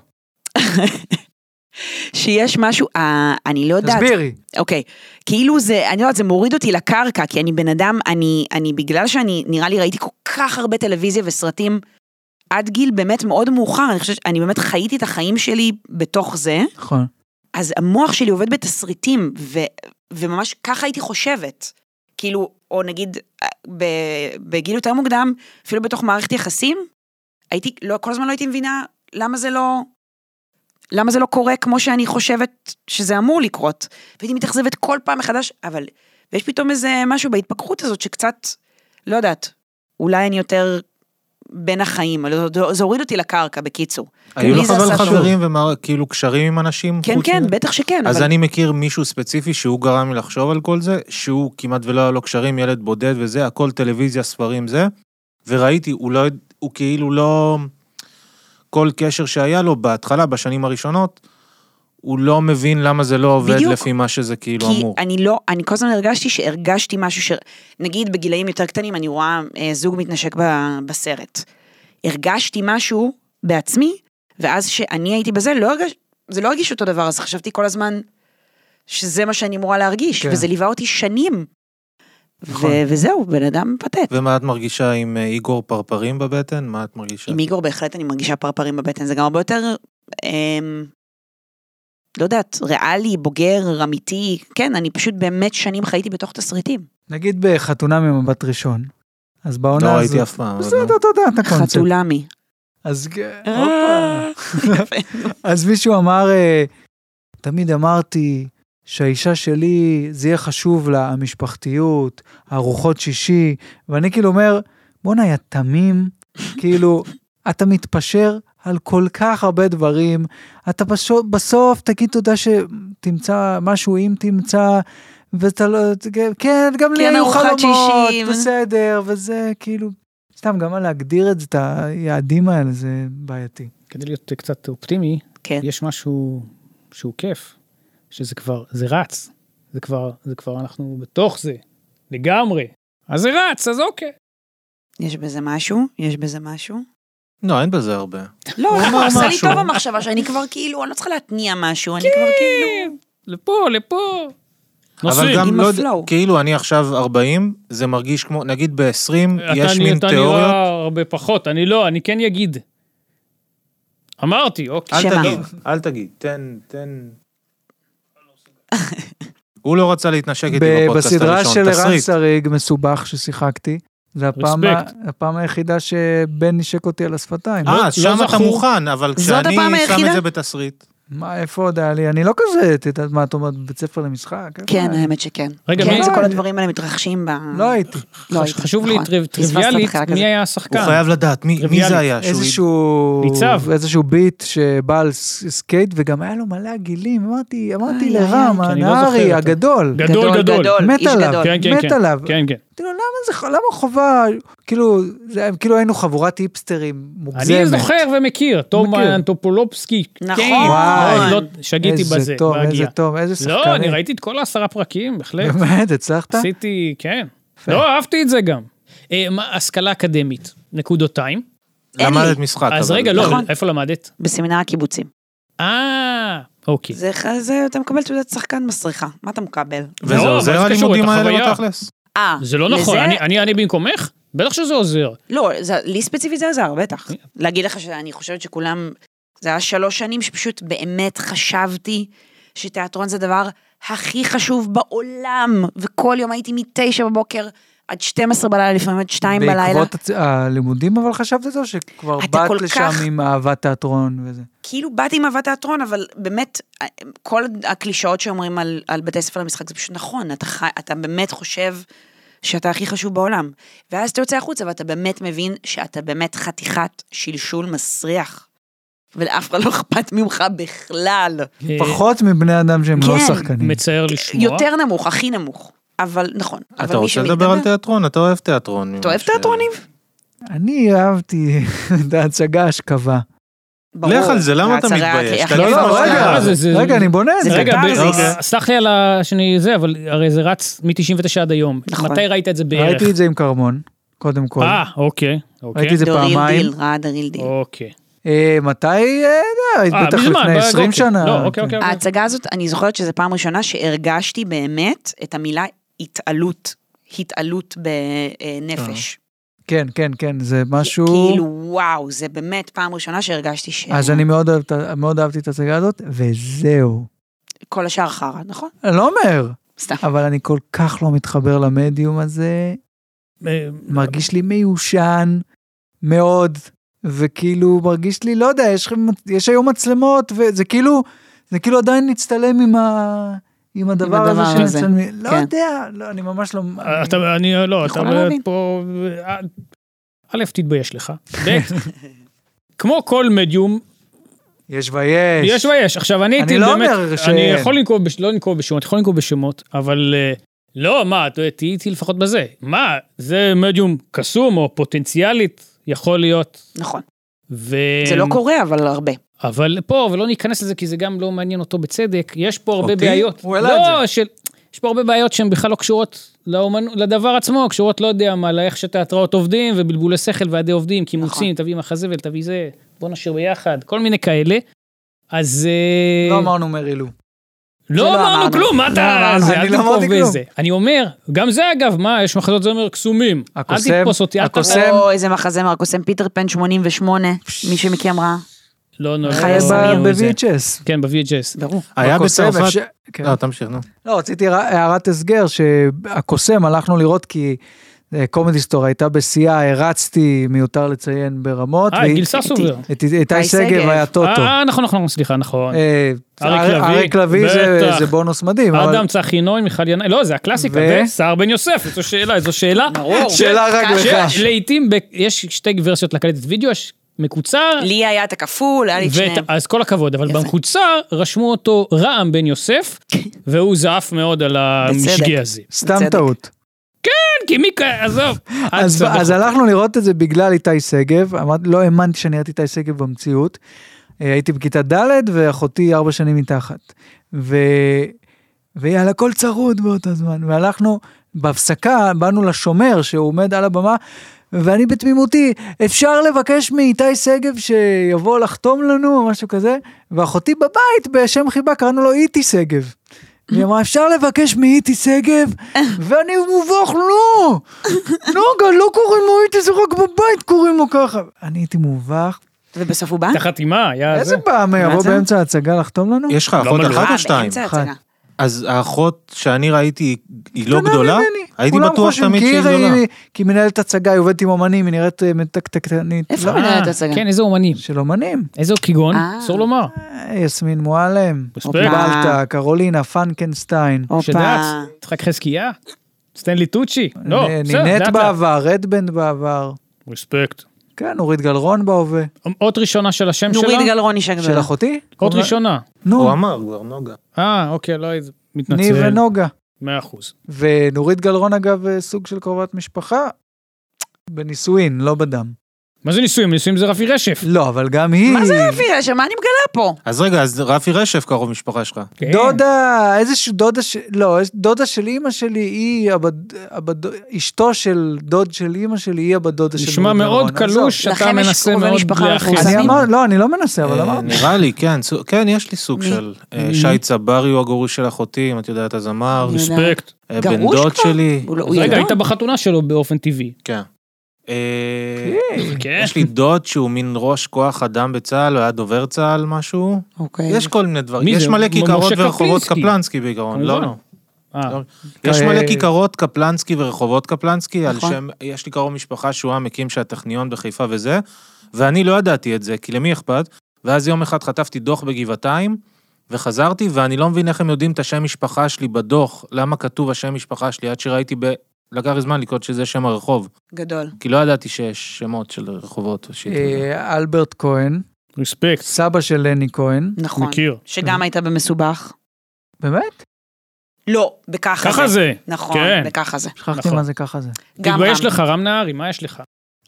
שיש משהו, אה, אני לא יודעת, תסבירי. אוקיי, כאילו זה, אני לא יודעת, זה מוריד אותי לקרקע, כי אני בן אדם, אני, אני בגלל שאני, נראה לי ראיתי כל כך הרבה טלוויזיה וסרטים עד גיל באמת מאוד מאוחר, אני חושבת, אני באמת חייתי את החיים שלי בתוך זה, נכון. אז המוח שלי עובד בתסריטים, ו, וממש ככה הייתי חושבת. כאילו, או נגיד, אה, ב, בגיל יותר מוקדם, אפילו בתוך מערכת יחסים, הייתי, לא, כל הזמן לא הייתי מבינה למה זה לא... למה זה לא קורה כמו שאני חושבת שזה אמור לקרות. והייתי מתאכזבת כל פעם מחדש, אבל... ויש פתאום איזה משהו בהתפכחות הזאת שקצת, לא יודעת, אולי אני יותר בין החיים, אבל זה- זה הוריד אותי לקרקע, בקיצור. היו לי כן, לך זה אבל עשה שוב. חברים וכאילו קשרים עם אנשים? כן, חוץ כן, מזה? בטח שכן, אז אבל... אני מכיר מישהו ספציפי שהוא גרם לי לחשוב על כל זה, שהוא כמעט ולא היה לו קשרים, ילד בודד וזה, הכל טלוויזיה, ספרים זה, וראיתי, הוא לא, יודע- הוא כאילו לא... כל קשר שהיה לו בהתחלה, בשנים הראשונות, הוא לא מבין למה זה לא עובד בדיוק. לפי מה שזה כאילו כי אמור. אני לא, אני כל הזמן הרגשתי שהרגשתי משהו ש... נגיד בגילאים יותר קטנים אני רואה אה, זוג מתנשק ב, בסרט. הרגשתי משהו בעצמי, ואז שאני הייתי בזה, לא הרגש, זה לא הרגיש אותו דבר, אז חשבתי כל הזמן שזה מה שאני אמורה להרגיש, כן. כן. וזה ליווה אותי שנים. נכון. ו- וזהו, בן אדם פתט. ומה את מרגישה עם אה, איגור פרפרים בבטן? מה את מרגישה? עם איגור בהחלט אני מרגישה פרפרים בבטן, זה גם הרבה יותר, אמ, לא יודעת, ריאלי, בוגר, אמיתי, כן, אני פשוט באמת שנים חייתי בתוך תסריטים. נגיד בחתונה ממבט ראשון, אז בעונה לא הזאת... ראיתי אף פעם. אבל בסדר, אתה יודע את הקונספט. חתולמי. אז כ- אה, הופה. אז מישהו אמר, אה, תמיד אמרתי שהאישה שלי, זה יהיה חשוב לה, המשפחתיות, ארוחות שישי, ואני כאילו אומר, בואנה, יא תמים, [LAUGHS] כאילו, אתה מתפשר על כל כך הרבה דברים, אתה בסוף, בסוף תגיד תודה שתמצא משהו אם תמצא, ואתה לא, כן, גם לי כן, היו ארוחת חלומות, שישי. בסדר, וזה כאילו, סתם, גם להגדיר את זה, את היעדים האלה, זה בעייתי. כדי להיות קצת אופטימי, [LAUGHS] כן. יש משהו שהוא כיף, שזה כבר, זה רץ. זה כבר, זה כבר אנחנו בתוך זה, לגמרי. אז זה רץ, אז אוקיי. יש בזה משהו? יש בזה משהו? לא, אין בזה הרבה. לא, הוא ככה אמר עשה לי משהו. טוב המחשבה שאני כבר כאילו, אני לא צריכה להתניע משהו, אני כבר כאילו... לפה, לפה. אבל נוסעים. גם עם לא, הפלואו. כאילו אני עכשיו 40, זה מרגיש כמו, נגיד ב-20, אתה יש נ- מין אתה לא. תיאוריות. נראה הרבה פחות, אני לא, אני כן אגיד. אמרתי, אוקיי. אל שמה? תגיד, אל תגיד, תן, תן. הוא לא רצה להתנשק איתי ב- בפודקאסט בסדרה הראשון, של ערן תסריט. שריג, מסובך ששיחקתי, זה הפעם, ה- רספקט. הפעם היחידה שבן נשק אותי על השפתיים. אה, שם אתה זכור. מוכן, אבל לא זאת כשאני הפעם שם את היחידה? זה בתסריט. מה, איפה עוד היה לי? אני לא כזה, את יודעת מה, את אומרת, בית ספר למשחק? איפה כן, אה. היה? האמת שכן. רגע, כן, מי- זה כל הדברים האלה מתרחשים ב... לא הייתי. לא חש- הייתי, חשוב לי נכון. טריו- פספסת טריוויאלית, התחלה כזה. מי היה הוא כן. השחקן? חייב לדעת, מי מי טריוויאלי. זה היה? שהוא- איזשהו... ניצב. איזשהו ביט שבא על ס- סקייט, וגם היה לו מלא עגילים, אמרתי, אמרתי איי, לרם, איי, כי אני לא הנהרי, זוכר אותו. הגדול. גדול, גדול. מת איש עליו. גדול. כן, כן, מת כן. עליו. כן, כן. כאילו, למה זה, למה חובה, כאילו, זה, כאילו היינו חבורת היפסטרים מוגזמת. אני זוכר ומכיר, תום מכיר. אנטופולופסקי. נכון. כן, וואי. לא, שגיתי איזה בזה, טוב, איזה בהגיעה. טוב, איזה שחקנים. לא, אני ראיתי את כל העשרה פרקים, בהחלט. באמת, הצלחת? עשיתי, כן. לא, אהבתי את זה גם. אה, מה- השכלה אקדמית, נקודותיים. אין לי. למדת משחק. אז אבל- רגע, לא, נכון. איפה למדת? בסמינר הקיבוצים. אה, אוקיי. זה, זה, אתה מקבל תעודת שחקן מסריחה, מה אתה מקבל? לא, וזה אבל עוזר זה קשור, הלימודים את האלה החוויה. בתכלס? אה, זה לא נכון, לזה- אני- אני אני במקומך? בטח שזה עוזר. לא, זה, לי ספציפית זה עזר, בטח. להגיד לך שאני חושבת שכולם... זה היה שלוש שנים שפשוט באמת חשבתי שתיאטרון זה הדבר הכי חשוב בעולם, וכל יום הייתי מתשע בבוקר עד 12 בלילה, לפעמים עד שתיים בלילה. בעקבות הצ- הלימודים אבל חשבת את זה, או שכבר אתה באת כל לשם כך- עם אהבת תיאטרון וזה? כאילו באתי עם אהבת תיאטרון, אבל באמת, כל הקלישאות שאומרים על, על בתי ספר למשחק זה פשוט נכון, אתה, חי, אתה באמת חושב שאתה הכי חשוב בעולם. ואז אתה יוצא החוצה ואתה באמת מבין שאתה באמת חתיכת שלשול מסריח. ולאף אחד לא אכפת ממך בכלל. אה, פחות מבני אדם שהם לא כן. שחקנים. מצער לשמוע. יותר נמוך, הכי נמוך. אבל נכון. אבל אתה מי רוצה שמתגבר- לדבר על תיאטרון? אתה אוהב תיאטרון. אתה אוהב ש- תיאטרונים? אני אהבתי [LAUGHS] את ההצגה השכבה. ברור. לך על זה, למה אתה והצהרה מתבייש? הכי- לא, לא, הכי- לא, רגע, אה, זה- זה- רגע, אני בונה את זה זה. אוקיי. רגע, קתרזיס. ב- אה, סלח לי על ה- שאני זה, אבל הרי זה רץ מ-99 עד היום. נכון. מתי ראית את זה בערך? ראיתי את זה עם כרמון, קודם כל. אה, אוקיי. אוקיי. ראיתי את זה The real פעמיים. deal, ראה The real deal. אוקיי. אה, מתי? אה, לא, היית אה, בטח מזמן, לפני ב- 20 אוקיי. שנה. לא, אוקיי, כן. אוקיי. אוקיי. ההצגה הזאת, אני זוכרת שזו פעם ראשונה שהרגשתי באמת את המילה התעלות, התעלות בנפש. כן, כן, כן, זה משהו... כאילו, אה. וואו, זה באמת פעם ראשונה שהרגשתי ש... אז אני מאוד אוהב את ה- מאוד אהבתי את ההצגה הזאת, וזהו. כל השאר חרא, נכון? אני לא אומר, סתם. אבל אני כל כך לא מתחבר למדיום הזה, אה, מרגיש לי מיושן מאוד, וכאילו מרגיש לי, לא יודע, יש, לכם- יש היום מצלמות, וזה כאילו, זה כאילו עדיין נצטלם עם, ה, עם הדבר הדבר הזה הזה, שמצלמים, לא כן. יודע, לא, אני ממש לא... אתה, אני, לא, אתה יכולה להבין. פה, אה, א', תתבייש לך, ב', כמו כל מדיום, יש ויש. יש ויש. עכשיו, אני הייתי אני לא באמת, אומר ש... אני יכול לנקוב, בש- לא לנקוב בשמות, יכול לנקוב בשמות, אבל אה, לא, מה, ת- תהיי איתי לפחות בזה. מה, זה מדיום קסום או פוטנציאלית, יכול להיות. נכון. ו... זה אמ, לא קורה, אבל הרבה. אבל פה, ולא ניכנס לזה כי זה גם לא מעניין אותו בצדק, יש פה הרבה אותי? בעיות. הוא העלה לא, את זה. של... יש פה הרבה בעיות שהן בכלל לא קשורות לאומנו, לדבר עצמו, קשורות לא יודע מה, לאיך שתיאטראות עובדים ובלבולי שכל ועדי עובדים, קימוצים, נכון. תביא מחזבל, תביא זה, בוא נשאיר ביחד, כל מיני כאלה. אז... אה, לא אמרנו מרילו. זה לא לא אמרנו אמרנו. כלום, מה אתה... אמרנו, זה, אני אל לא תתקוף אמרתי כלום. בזה. אני אומר, גם זה אגב, מה, יש מחזות זמר קסומים. אל הקוסם, תתפוס אותי, אל הקוסם. תתפוס... או איזה מחזמר, הקוסם פיטר פן 88, מי שמכם ראה? לא, לא, לא, חיי לא, סמים. לא, זה. ב-VHS. כן, ב-VHS. ברור. היה בקוסם בצרפת... אפשר- כן. לא, תמשיך, נו. לא, רציתי הערה- הערת הסגר שהקוסם הלכנו לראות כי קומדי סטור הייתה בשיאה, הרצתי, מיותר לציין ברמות. אה, והיא- גיל ססובר. את איתי איתי שגב שגב. היה טוטו. אה, נכון, נכון, סליחה, נכון. אה, אריק אר- לביא, אריק לביא זה- בטח. זה בונוס מדהים. אבל- אדם צחי נוי, מיכל ינאי, לא, זה הקלאסיקה, ו- וסער בן יוסף, זו שאלה, זו שאלה. ברור. שאלה רק קשה. לך. שלעיתים ב- יש שתי ורסיות לקלטת וידאו, יש מקוצר, לי היה את הכפול, היה לי את ואת- שניהם. אז כל הכבוד, אבל יפה. במקוצר רשמו אותו רעם בן [LAUGHS] יוסף, והוא זעף מאוד על המשגה הזה. סתם בצדק. טעות. כן, כי מי כ... עזוב. אל אז תסבך אז אותי. הלכנו לראות את זה בגלל איתי שגב, אמרתי- לא האמנתי שאני ראיתי איתי שגב במציאות. אה, הייתי בכיתה ד' ואחותי ארבע שנים מתחת. ו... והיא על הכל צרוד באותו זמן, והלכנו בהפסקה, באנו לשומר שהוא עומד על הבמה, ואני בתמימותי, אפשר לבקש מאיתי שגב שיבוא לחתום לנו או משהו כזה, ואחותי בבית בשם חיבה קראנו לו איתי שגב. היא אמרה, אפשר לבקש מאיתי שגב? ואני מובך, לא! נוגה, לא קוראים לו איתי, זה רק בבית קוראים לו ככה. אני הייתי מובך. ובסוף הוא בא? את החתימה, היה זה. איזה פעם יבוא זה? באמצע ההצגה לחתום לנו? יש לך אחות מלחיץ. אחת אה, או שתיים? באמצע ההצגה. אז האחות שאני ראיתי היא- היא לא קטנה גדולה? ממני. הייתי כולם בטוח חושבים, תמיד כי שהיא היא- גדולה. היא- כי היא מנהלת הצגה, היא עובדת עם אמנים, היא נראית אה, מתקתקנית. איפה לא, היא מנהלת אה, הצגה? כן, איזה אומנים. של אמנים. איזה כגון, אה. אסור לומר. אה, יסמין מועלם, מספיק. בלטה, קרולינה, פנקנסטיין. הופה. שדץ, יצחק חזקיה, סטנלי טוצ'י. לא, נ- בסדר, נינט לאט לאט. בעבר, רדבנד בעבר. רספקט. כן, נורית גלרון בהווה. אות ראשונה של השם שלה? נורית גלרון אישה של גדולה. אחותי? אות ראשונה. נו, הוא אמר כבר נוגה. אה, אוקיי, לא הייתי מתנצל. ניב ונוגה. מאה אחוז. ונורית גלרון אגב אה, סוג של קרובת משפחה. בנישואין, לא בדם. מה זה נישואים? נישואים זה רפי רשף. לא, אבל גם היא... מה זה רפי רשף? מה אני מגלה פה? אז רגע, אז רפי רשף קרוב משפחה שלך. כן. דודה, איזשהו דודה ש... לא, איז- דודה של אימא שלי היא הבד... הבד... אשתו של דוד של אימא שלי היא הבת דודה של נשמע רות מאוד מירון. עזוב. קלוש שאתה לכם יש מנסה קרובי מאוד משפחה להכניס. אני מפורסמים? אמר, לא, אני לא מנסה, אבל אה, אמרתי. נראה לי, כן, סו- כן, יש לי סוג של אה, שי צברי הוא הגרוש של אחותי, אם את יודעת, הזמר, אני יודעת. רספקט. אה, בן גרוש דוד כבר? שלי. הוא לא- אז הוא רגע, ידע? היית בחתונה שלו באופן טבעי. כן. אה, כן. יש לי דוד שהוא מין ראש כוח אדם בצה"ל, הוא היה דובר צה"ל משהו. אוקיי. יש כל מיני דברים. מי יש זה? מלא מ- כיכרות משה ורחובות קפלינסקי. קפלנסקי בעיקרון. לא, כמובן. לא. אה, לא. יש אה, מלא כיכרות קפלנסקי ורחובות קפלנסקי, על נכון. שם, יש לי קרוב משפחה שהוא המקים של הטכניון בחיפה וזה, ואני לא ידעתי את זה, כי למי אכפת? ואז יום אחד חטפתי דוח בגבעתיים, וחזרתי, ואני לא מבין איך הם יודעים את השם משפחה שלי בדוח, למה כתוב השם משפחה שלי, עד שראיתי ב... לקח לי זמן לקלוט שזה שם הרחוב, גדול. כי לא ידעתי שיש שמות של רחובות. ושיט. אה, אלברט כהן, רספקט. סבא של לני כהן. נכון. מכיר. שגם הייתה במסובך. באמת? לא, בככה ככה זה. נכון, כן. בככה זה. שכחתי נכון. מה זה ככה זה. גם תתבייש רם. לך, רם נהרי, מה יש לך?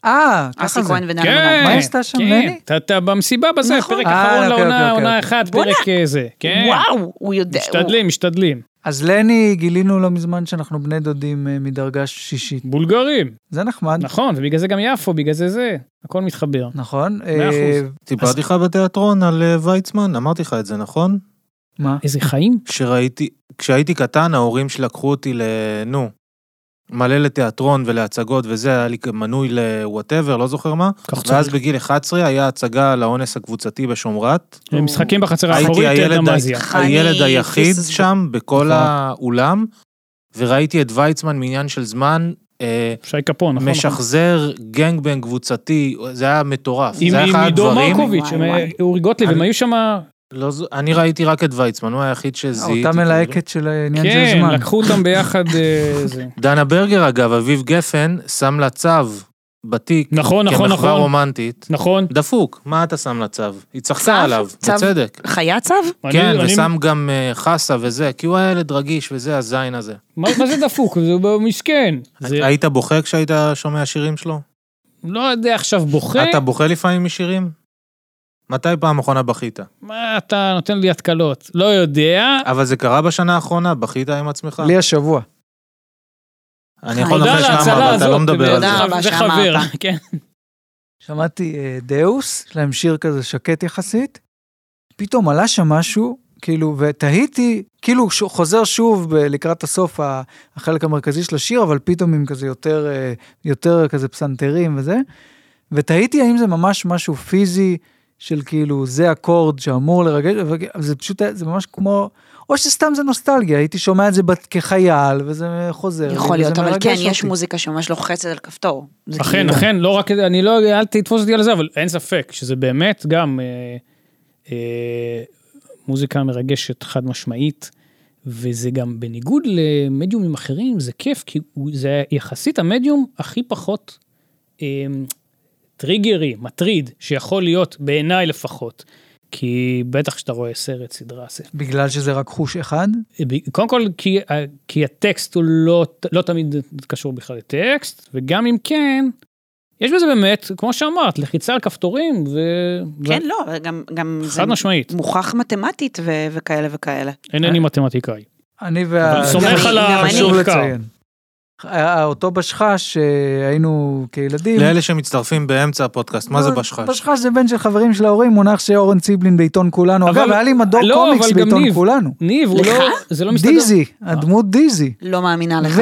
אה, אסי ככה זה. כהן ונעל כן. מה עשתה שם, כן. לני? אתה- אתה במסיבה בזה, נכון. פרק אה, אחרון אוקיי, אוקיי, לעונה, עונה אוקיי. אחת, בואנה. פרק אה, זה. כן. וואו, הוא יודע. משתדלים, משתדלים. אז לני, גילינו לא מזמן שאנחנו בני דודים אה, מדרגה שישית. בולגרים. זה נחמד, נכון, ובגלל זה גם יפו, בגלל זה זה. הכל מתחבר. נכון? מאה אה, סיפרתי לך בתיאטרון על אה, ויצמן, אמרתי לך את זה, נכון? מה? איזה חיים? שראיתי, כשהייתי קטן, ההורים שלי לקחו אותי ל... נו, מלא לתיאטרון ולהצגות וזה, היה לי מנוי לוואטאבר, לא זוכר מה. כך ואז צריך. בגיל 11 היה הצגה על האונס הקבוצתי בשומרת. משחקים בחצר הייתי האחורית, הילד, דמאזיה. ה- הילד חני, היחיד פיסס. שם, בכל נכון. האולם, וראיתי את ויצמן מעניין של זמן. אה, שי קפון, נכון. נכון. משחזר גנגבנג קבוצתי, זה היה מטורף. עם זה היה עם אחד עידו הדברים. מרקוביץ', וואי, הם- אה, וואי. אורי גוטליב, הם אני- היו שם... אה, לא זו- אני ראיתי רק את ויצמן, הוא היחיד שזיהיתי. אותה מלהקת של העניין של כן, זמן. לקחו אותם ביחד. אה, זה. דנה ברגר, אגב, אביב גפן, שם לה צו בתיק. נכון, נכון, כמחווה נכון. רומנטית. נכון. דפוק, מה אתה שם לה צו? היא צחקה עליו, צו- בצדק. חיה צו? כן, אני- אני- ושם גם אה, חסה וזה, כי הוא היה ילד רגיש וזה, הזין הזה. מה מה זה דפוק? זה מסכן. זה- היית בוכה כשהיית שומע שירים שלו? לא יודע עכשיו בוכה, אתה בוכה לפעמים משירים? מתי פעם אחרונה בכית? מה אתה נותן לי התקלות? לא יודע. אבל זה קרה בשנה האחרונה, בכית עם עצמך? לי השבוע. אני יכול תודה לנחש על למה, ההצלה אבל אתה הזאת. לא מדבר על תודה זה. רבה. זה שאמרת. חבר, כן. שמעתי אה, דאוס, יש להם שיר כזה שקט יחסית, פתאום עלה שם משהו, כאילו, ותהיתי, כאילו ש- חוזר שוב ב- לקראת הסוף ה- החלק המרכזי של השיר, אבל פתאום עם כזה יותר, אה, יותר כזה פסנתרים וזה, ותהיתי האם זה ממש משהו פיזי של כאילו, זה אקורד שאמור לרגש, וזה פשוט, היה- זה ממש כמו, או שסתם זה נוסטלגיה, הייתי שומע את זה בת- כחייל, וזה חוזר. לי, יכול וזה להיות, אבל מרגש כן, יש אותי. מוזיקה שממש לוחצת על כפתור. זה אכן, כאילו- אכן, לא רק, אני לא, אל תתפוס אותי על זה, אבל אין ספק שזה באמת גם אה, אה, מוזיקה מרגשת חד משמעית, וזה גם בניגוד למדיומים אחרים, זה כיף, כי הוא- זה יחסית המדיום הכי פחות אה, טריגרי, מטריד, שיכול להיות, בעיניי לפחות. כי בטח כשאתה רואה סרט, סדרה, ספר. בגלל שזה רק חוש אחד? ב- קודם כל, כי, ה- כי הטקסט הוא לא, לא תמיד קשור בכלל לטקסט, וגם אם כן, יש בזה באמת, כמו שאמרת, לחיצה על כפתורים, ו... כן, ו- לא, אבל גם- גם זה חד משמעית, מוכח מתמטית ו- וכאלה וכאלה. אינני מתמטיקאי. אני וה... אני סומך על גם אני. חשוב המחקר. לציין. ה- אותו בשחש שהיינו כילדים. לאלה שמצטרפים באמצע הפודקאסט, מה זה נכון. בשחש? בשחש זה בן של חברים של ההורים, מונח שאורן ציבלין בעיתון כולנו. אבל- אגב, היה לי מדור לא, קומיקס אבל גם בעיתון ניב. כולנו. ניב, הוא לך? לא, זה לא מסתדר. דיזי, הדמות דיזי. לא מאמינה לך. ו...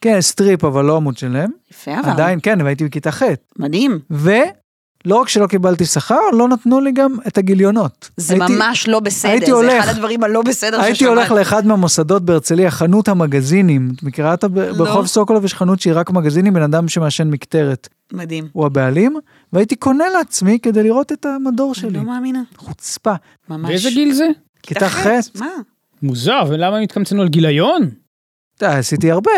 כן, סטריפ, אבל לא עמוד שלם. יפה אבל. עדיין, כן, והייתי בכיתה ח'. מדהים. ולא רק שלא קיבלתי שכר, לא נתנו לי גם את הגיליונות. זה הייתי- ממש לא בסדר. הייתי זה הולך- אחד הדברים הלא בסדר ששמעת. הייתי הולך לאחד מהמוסדות בהרצליה, חנות המגזינים. את מכירה את הב- לא. ברחוב סוקולוב יש חנות שהיא רק מגזינים, בן אדם שמעשן מקטרת מדהים. הוא הבעלים, והייתי קונה לעצמי כדי לראות את המדור אני שלי. לא מאמינה. חוצפה. ממש. באיזה גיל זה? כיתה ח', מה? מוזר, ולמה הם התקמצנו על גיליון? אה, עשיתי הרבה,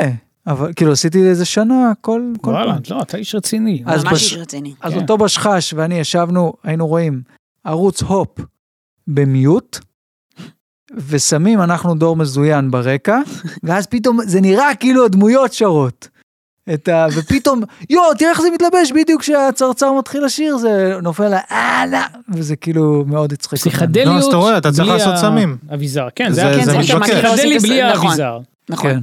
אבל כאילו עשיתי איזה שנה כל כל וואלה, פעם. לא, אתה איש רציני. אז ממש בש- איש רציני. אז כן. אותו בשחש ואני ישבנו, היינו רואים ערוץ הופ במיוט, [LAUGHS] ושמים אנחנו דור מזוין ברקע, ואז פתאום זה נראה כאילו הדמויות שרות. את ה... ופתאום, יואו, תראה איך זה מתלבש, בדיוק כשהצרצר מתחיל לשיר, זה נופל לה, אה, לא, וזה כאילו מאוד הצחיק. אותנו. פסיכדליות. נו, לא, אז אתה רואה, אתה צריך בלי לעשות ה- סמים. אביזר, כן, זה- זה היה זה כן, מה זה שמכיר. פסיכדלי בלי נכון. האביזר. נכון. כן.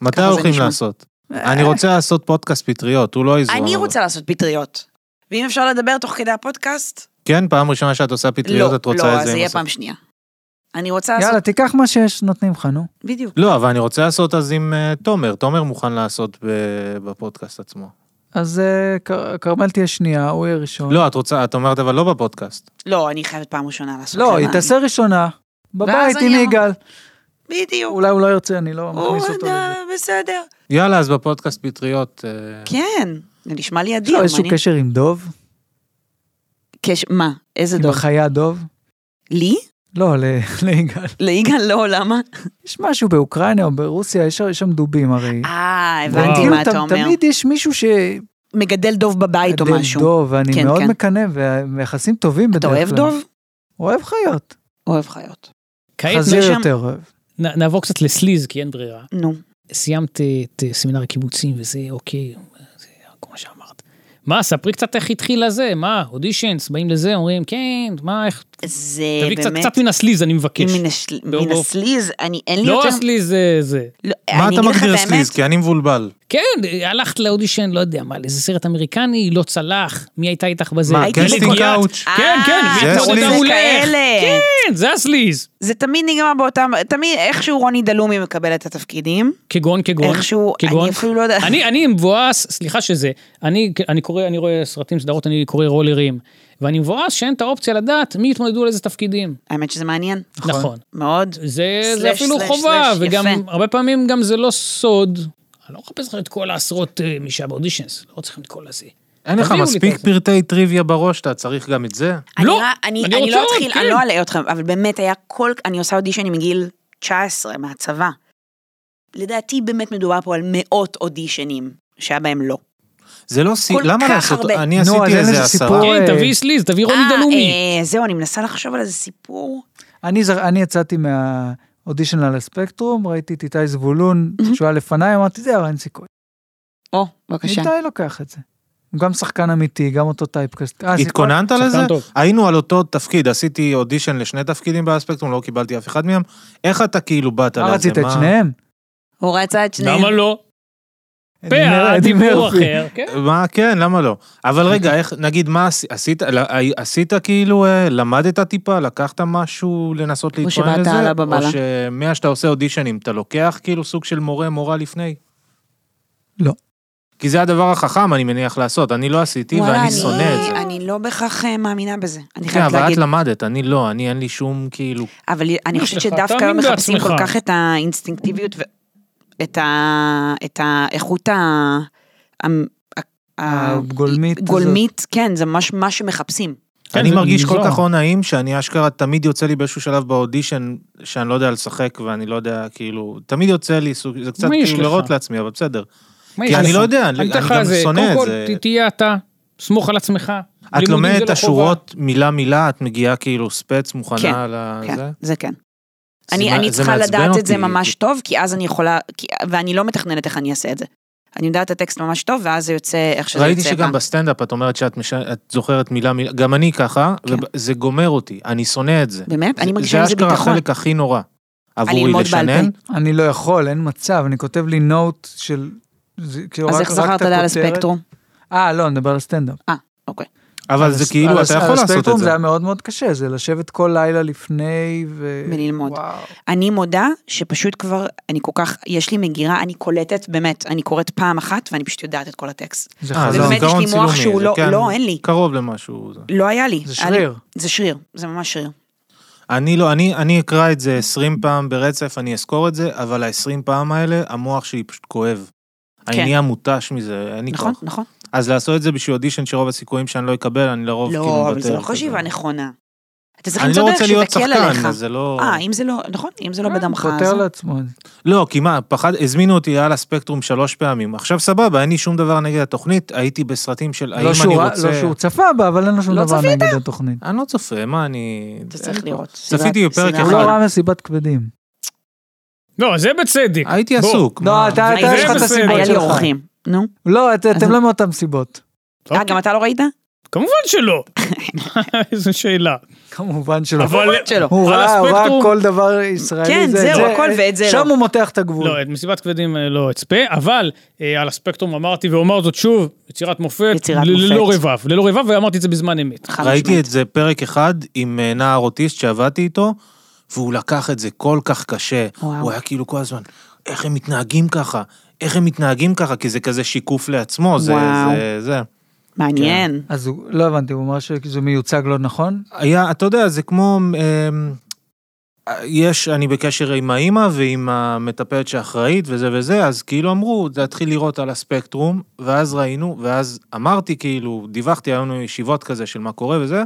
מתי ככה זה הולכים נשמע. לעשות? אני רוצה לעשות פודקאסט פטריות, הוא לא יזרום. אני רוצה לעשות פטריות. ואם אפשר לדבר תוך כדי הפודקאסט, כן, פעם ראשונה שאת עושה פטריות, לא, את רוצה לא, את אז זה. עם יהיה הסוף. פעם שנייה. אני רוצה יאללה, לעשות, תיקח מה שיש, נותנים לך, נו. בדיוק. לא, אבל אני רוצה לעשות אז עם אה, תומר. תומר מוכן לעשות ב- בפודקאסט עצמו. אז אה, כר- כרמל תהיה שנייה, הוא יהיה ראשון. לא, את רוצה, את אומרת אבל לא בפודקאסט. לא, אני חייבת פעם ראשונה לעשות. לא, לבד. היא תעשה ראשונה. ואז בבית אני עם אומר- יגאל. בדיוק. אולי הוא לא ירצה, אני לא הוא, מכניס אותו לזה. אה, בסדר. יאללה, אז בפודקאסט פטריות. אה, כן, זה נשמע לי יש אדיר. לו מה, לא, איזשהו אני- קשר עם דוב? קשר- מה? איזה עם דוד? החיה דוב? לי? לא, ל- [LAUGHS] ליגאל. ליגאל לא, למה? יש משהו באוקראינה או ברוסיה, יש יש שם דובים הרי. אה, והם הבנתי כאילו מה אתה ת- אומר. תמיד יש מישהו ש... מגדל דוב בבית או גדל משהו. דוב, ואני כן, מאוד כן. מקנא, ויחסים טובים בדרך אתה כלל. אוהב דוב? אוהב חיות. אוהב חיות. כעת חזיר לשם- יותר אוהב. נ- נעבור קצת לסליז, כי אין ברירה. נו. סיימת את אה, סמינר הקיבוצים וזה, אוקיי, זה כמו שאמרת. מה, ספרי קצת איך התחיל הזה, מה, אודישנס, באים לזה, אומרים, כן, מה, איך, זה תביא קצת, אה, באמת... קצת מן הסליז, אני מבקש. מן השל- באור מן באור. הסליז, אני אין לי לא יותר... הסליז זה זה. לא, מה אני אתה אגיד לך את מגדיר האמת, סליז? כי אני מבולבל. כן, אה, הלכת לאודישן, לא יודע מה, לאיזה סרט אמריקני, לא צלח, מי הייתה איתך בזה? מה, הייתי קסטינג לגויית. קאוץ'? כן, כן, אה, והיא זה התמודדה הסליז. מולך. כאלה. כן, זה הסליז. זה תמיד נגמר באותם... תמיד איכשהו רוני דלומי מקבל את התפקידים. כגון, כגון, איכשהו, כגון. אני אפילו לא יודעת. אני, אני מבואס, סליחה שזה, אני, אני קורא, אני רואה סרטים, סדרות, אני קורא רולרים, ואני מבואס שאין את האופציה לדעת מי יתמודדו על איזה תפקידים. האמת שזה מעניין. נכון. נכון. מאוד. זה, סלש, זה אפילו סלש, חובה, סלש, וגם יפה. הרבה פעמים גם זה לא סוד. אני לא מחפש לך את כל העשרות אה, מי שהיה באודישנס, לא צריכים את כל הזה. אין לך תביאו לי מספיק את זה. פרטי טריוויה בראש, אתה צריך גם את זה? אני לא, רק- אני אני אני רוצה לא עוד, אתחיל, כן. אני לא אלאה אתכם, אבל באמת היה כל... אני עושה אודישנים מגיל 19, מהצבא. לדעתי באמת מדובר פה על מאות אודישנים שהיה בהם לא. זה לא סי... כל למה כך לעשות? הרבה. אני נו, אז עשיתי אין איזה לזה עשרה. סיפור. כן, אה, תביאי סליז, תביאי רוני אה, דלומי. אה, זהו, אני מנסה לחשוב על איזה סיפור. אני, זר- אני יצאתי מהאודישן על הספקטרום, ראיתי את איתי זבולון, שהוא היה לפניי, אמרתי, זהו, אין סיכוי. או, איתי לוקח את זה. הוא גם שחקן אמיתי, גם אותו טייפקאסט. אה, סיפור- התכוננת שחקן לזה? טוב. היינו על אותו תפקיד, עשיתי אודישן לשני תפקידים בספקטרום, לא קיבלתי אף אחד מהם. איך אתה כאילו באת לזה? מה רצית, את שניהם? הוא רצה את שניהם. למה לא? אדי מר- פה, אדי דיבור אה. מרפי. אחר, כן. מה, כן, למה לא? אבל [LAUGHS] רגע, איך, נגיד, מה עשי- עשית? לא, הי- עשית כאילו, אה, למדת טיפה? לקחת משהו לנסות להתכונן שבאת לזה? על הבמה. או שמאה שאתה עושה אודישנים, אתה לוקח כאילו סוג של מורה, מורה לפני? לא. כי זה הדבר החכם, אני מניח, לעשות. אני לא עשיתי, וואלה, ואני אני- שונא את זה. אני לא בהכרח אה, מאמינה בזה. אני כן, חייבת אבל את להגיד. למדת, אני לא, אני אין לי שום כאילו... אבל אני יש חושבת לך, שדווקא תאמין היום מחפשים כל בעצמך. כך את האינסטינקטיביות ואת ה- את האיכות ה- המ- ה- הגולמית הזאת. גולמית, כן, זה ממש מה שמחפשים. כן, אני זה מרגיש כל מוזר. כך לא נעים, שאני אשכרה תמיד יוצא לי באיזשהו שלב באודישן, שאני לא יודע לשחק, ואני לא יודע, כאילו, תמיד יוצא לי סוג, זה קצת מה יש כאילו לך? להראות לעצמי, אבל בסדר. מה כי יש אני לך? לא יודע, אני- אל אני תחזק, גם שונא קודם את כל, זה. ת- תהיה אתה, סמוך על עצמך. את לימודים זה לומדת את לא חובה. השורות מילה מילה, את מגיעה כאילו ספץ כן, מוכנה כן, לזה? זה כן. אה, זה אני מה- אני זה צריכה מעצבן לדעת את זה אותי, ממש טוב, כי אז אני יכולה, כי- ואני לא מתכננת איך אני אעשה את זה. אני יודעת את הטקסט ממש טוב, ואז זה יוצא איך שזה יוצא. ראיתי שגם הבנתי. בסטנדאפ את אומרת שאת מש... את זוכרת מילה מילה, גם אני ככה, כן. וזה גומר אותי, אני שונא את זה. באמת? אני מרגישה זה עם זה אשכרה ביטחון. החלק הכי נורא. עבורי ללמוד בעל לשנן, אני לא יכול, אין מצב, אני כותב לי נוט של... זה- לא, כאילו, אז רק- איך רק את זכרת לה על הכותרת. הספקטרום? אה, לא, נדבר על סטנדאפ. אוקיי. אבל על זה הס- כאילו, על אתה הס- יכול על לעשות את הספקטרום זה זה. היה מאוד מאוד קשה, זה לשבת כל לילה לפני ו... וללמוד. וואו. אני מודה שפשוט כבר, אני כל כך, יש לי מגירה, אני קולטת, באמת, אני קוראת פעם אחת ואני פשוט יודעת את כל הטקסט. זה אה, זה חזון. באמת- יש לי זיכרון מוח צילומי, שהוא זה לא- כן לא, אין לי. קרוב למשהו. זה. לא היה לי. זה היה לי- שריר. זה שריר, זה ממש שריר. אני לא, אני, אני אקרא את זה 20 פעם ברצף, אני אזכור את זה, אבל ה-20 פעם האלה, המוח שלי פשוט כואב. אני כן. נהיה מותש מזה, אין לי נכון, כוח. נכון. אז לעשות את זה בשביל אודישן שרוב הסיכויים שאני לא אקבל, אני לרוב כאילו מוותר. לא, אבל זה לא כזה. חשיבה נכונה. אתה צריך אני לא למצוא רוצה דרך להיות שתקל עליך. שחקן, אז זה לא... כן, אה, אם זה לא, נכון, אם זה לא בדמך, אז... כן, פותר לעצמו. לא, כי מה, פחד, הזמינו אותי על הספקטרום שלוש פעמים. עכשיו סבבה, אין לי שום דבר נגד התוכנית, הייתי בסרטים של האם לא אני שהוא- רוצה... לא שהוא צפה בה, אבל אין לו שום לא דבר צפית? נגד התוכנית. אני לא צופה, מה אני... אתה צריך לראות. צפיתי סדרת- בפרק סדרת- הוא אחד. לא ראה מסיבת כבדים. לא, זה בצדק. הייתי בוא. עסוק. לא, מה? אה, אתה, אתה זה יש לך את בסדר. הסיבות שלך. אה, היה לי אורחים. נו. לא, את- אתם אז- לא מאותן סיבות. [LAUGHS] אוקיי. אה, גם אתה לא ראית? אוקיי, כמובן [LAUGHS] שלא. איזו שאלה. כמובן שלא. אבל... שלא. הוא על ראה, הוא ראה הספקטרום- כל דבר ישראלי. כן, זה- זהו, זה- הכל ואת זה שם לא. הוא מותח את הגבול. לא, את מסיבת כבדים אה, לא אצפה, אבל אה, על הספקטרום אמרתי ואומר זאת שוב, יצירת מופת, יצירת ל- מופת. ללא רבב, ללא רבב, ואמרתי את זה בזמן אמת. חד ראיתי משמעית. את זה פרק אחד עם אה, נער אוטיסט שעבדתי איתו, והוא לקח את זה כל כך קשה. וואו. הוא היה כאילו כל הזמן, איך הם מתנהגים ככה? איך הם מתנהגים ככה? כי זה כזה שיקוף לעצמו, זה... וואו. זה, זה. מעניין. כן. אז הוא, לא הבנתי, הוא אמר שזה מיוצג לא נכון? היה, אתה יודע, זה כמו... אמ, יש, אני בקשר עם האימא ועם המטפלת שאחראית וזה וזה, אז כאילו אמרו, להתחיל לראות על הספקטרום, ואז ראינו, ואז אמרתי כאילו, דיווחתי, היו לנו ישיבות כזה של מה קורה וזה,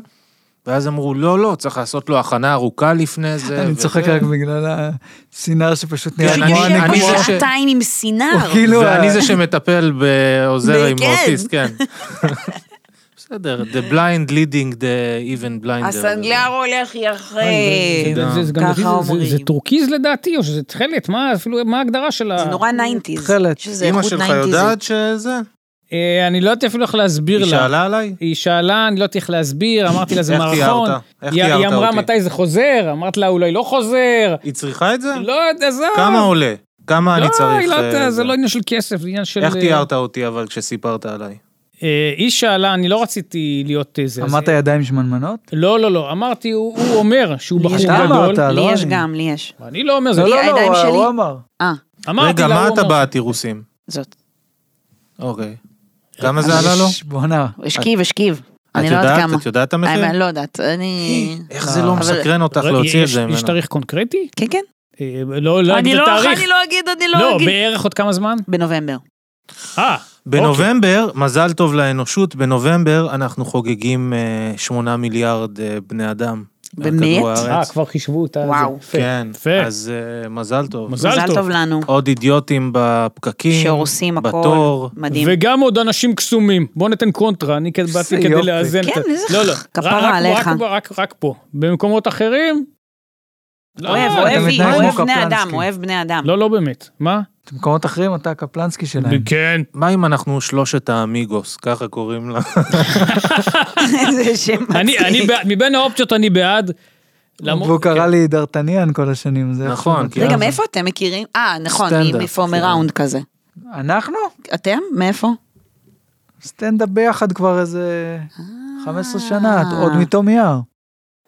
ואז אמרו, לא, לא, צריך לעשות לו הכנה ארוכה לפני זה. אני אה, וזה." צוחק רק בגלל הסינר שפשוט נראה כן, כמו אני- הנקודה אני אוקיי. ש- זה- שעתיים עם סינר. הוא כאילו... ואני ה- זה שמטפל בעוזר עם כן. אוטיסט, [LAUGHS] כן. בסדר, the blind leading the even blinder. לא- הסנדלר הולך זה- יחד. זה- זה- זה גם אה, ככה לפי זה- זה- אומרים. זה טורקיז לדעתי, או שזה תכלת, מה אפילו, מה ההגדרה של ה... זה נורא ניינטיז. תכלת. אמא שלך יודעת שזה? אה, אני לא יודעת אפילו איך להסביר היא לה. שאלה עליי? היא שאלה, אני לא יודעת איך להסביר, אמרתי לה זה איך תיארת? מערכון. איך היא- היא תיארת אמרה אותי? מתי זה חוזר, אמרת לה אולי לא חוזר. היא צריכה את זה? לא יודע, עזוב. כמה עולה? כמה אני לא, צריך? היא לא אה, יודעת, זה לא עניין של כסף, זה עניין של... איך אה, תיארת אותי אבל כשסיפרת עליי? אה, היא שאלה, אני לא רציתי להיות אה, זה. אז- אמרת ידיים שמנמנות? לא, לא, לא, אמרתי, הוא הוא אומר שהוא בחור אתה גדול. אמרת, לא לי יש אני. גם, לי יש. אני לא אומר, זה לא, לא... לא, הידיים לא, שלי. הוא אמר. אה, אמרתי רגע, לה, מה הוא אתה אמר. בעתירוסים? זאת. אוקיי. כמה זה עלה לו? ש- בואנה. השכיב, השכיב. את אני לא יודעת יודעת? כמה. את יודעת את האמת, אני המחיר? לא יודעת, אני... [GASPS] איך זה לא אבל- מסקרן אותך רגע, להוציא את יש- זה יש ממנו? תאריך קונקרטי? כן, כן. אה, לא, לא, אני זה לא תאריך. אני לא אגיד, אני לא לא, אגיד. בערך עוד כמה זמן? בנובמבר. אה, אוקיי. בנובמבר, מזל טוב לאנושות, בנובמבר אנחנו חוגגים 8 מיליארד אה, בני אדם. על באמת? כדור אה, הארץ. כבר חישבו את ה... וואו. זה. יפה, כן, יפה. אז אה, מזל טוב. מזל מזל טוב. טוב לנו, עוד אידיוטים בפקקים, שהורסים הכל. אוקיי. בתור. מדהים. וגם עוד אנשים קסומים. בוא ניתן קונטרה, אני כ- באתי יופי. כדי לאזן את כן, איזה לא, לא. ח- כפרה רק- רק- עליך. רק- רק- רק פה. במקומות אחרים? לא, אוהב, אתה אוהב, מתנהג היא, כמו אוהב בני קפלנסקי. אדם, אוהב בני אדם. לא, לא באמת. מה? במקומות אחרים אתה הקפלנסקי שלהם. כן. מה אם אנחנו שלושת האמיגוס, ככה קוראים לה? [LAUGHS] איזה שם לא. [LAUGHS] אני, אני, מצחיק. בעד- מבין האופציות אני בעד. למרות- והוא קרא לי דרטניאן כל השנים. זה נכון, עכשיו- כי רגע, אז- מאיפה אתם מכירים? אה, נכון, סטנדאפ, מפורמר כן. ראונד כזה. אנחנו? אתם? מאיפה? סטנדאפ ביחד כבר איזה 15 שנה, עוד אה. מתום יער.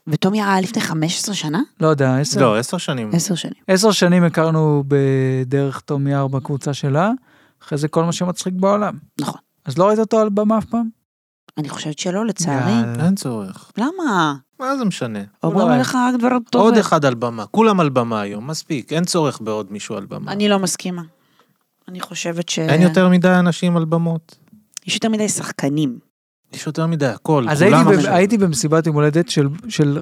ותום ירה לפני 15 שנה? לא יודע, 10? [LAUGHS] לא, עשר שנים. 10 שנים. 10 שנים הכרנו בדרך תום יער בקבוצה שלה, אחרי זה כל מה שמצחיק בעולם. נכון. אז לא ראית אותו על במה אף פעם? אני חושבת שלא, לצערי. יאללה. אין צורך. למה? מה זה משנה? אומרים אולי. עליך רק דברים טובים. אה. עוד אחד על במה, כולם על במה היום, מספיק, אין צורך בעוד מישהו על במה. אני לא מסכימה. אני חושבת ש... אה, אין יותר מדי אנשים על במות, יש יותר מדי שחקנים. יש יותר מדי הכל. אז כולם הייתי, ב- עכשיו. הייתי במסיבת יום הולדת של, של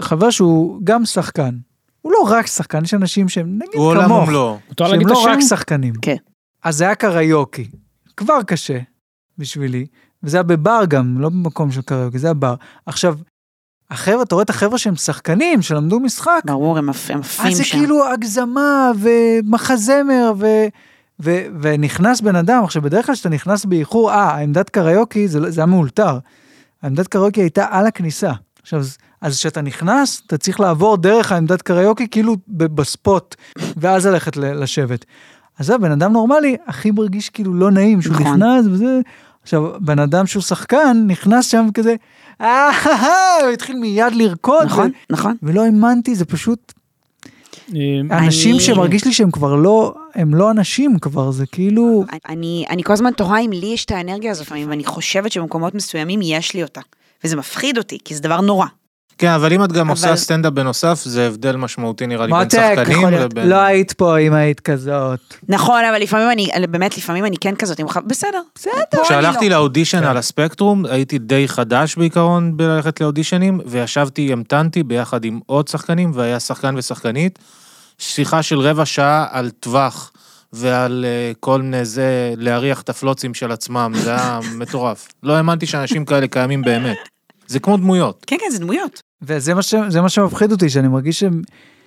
חבר שהוא גם שחקן. הוא לא רק שחקן, יש אנשים שהם נגיד הוא עולם כמוך, ומלואו. מותר שהם כן, להגיד את לא רק השם? שחקנים. כן. אז זה היה קריוקי, כבר קשה בשבילי, וזה היה בבר גם, לא במקום של קריוקי, זה היה בר. עכשיו, החבר'ה, אתה רואה את החבר'ה שהם שחקנים, שלמדו משחק, ברור, הם עפ- הם עפים אז זה שם. כאילו הגזמה ומחזמר ו... ו... ונכנס בן אדם, עכשיו בדרך כלל כשאתה נכנס באיחור, אה, עמדת קריוקי זה, לא- זה היה מאולתר. עמדת קריוקי הייתה על הכניסה. עכשיו, אז- אז כשאתה נכנס, אתה צריך לעבור דרך העמדת קריוקי כאילו ב- בספוט, ואז ללכת ל- לשבת. אז זה בן אדם נורמלי, הכי מרגיש כאילו לא נעים שהוא נכון. נכנס וזה. עכשיו, בן אדם שהוא שחקן, נכנס שם כזה, אה, הוא התחיל מיד לרקוד. נכון, ו- נכון. ולא האמנתי, זה פשוט אה, אנשים אני- שמרגיש לי שהם כבר לא, הם לא אנשים כבר, זה כאילו... אני, אני כל הזמן תוהה אם לי יש את האנרגיה הזו לפעמים, ואני חושבת שבמקומות מסוימים יש לי אותה. וזה מפחיד אותי, כי זה דבר נורא. כן, אבל אם את גם אבל- עושה סטנדאפ בנוסף, זה הבדל משמעותי נראה לי בין מותק, שחקנים יכול להיות. לבין... לא היית פה אם היית כזאת. נכון, אבל לפעמים אני, באמת, לפעמים אני כן כזאת, עם... חב- בסדר. בסדר. לא. כשהלכתי לאודישן על הספקטרום, הייתי די חדש בעיקרון בללכת לאודישנים, וישבתי, המתנתי ביחד עם עוד שחקנים, והיה שחקן ושחקנית. שיחה של רבע שעה על טווח ועל אה, כל מיני זה, להריח את הפלוצים של עצמם, זה היה [LAUGHS] מטורף. לא האמנתי שאנשים כאלה קיימים באמת. זה כמו דמויות. כן, כן, זה דמויות. וזה מה, ש, זה מה שמפחיד אותי, שאני מרגיש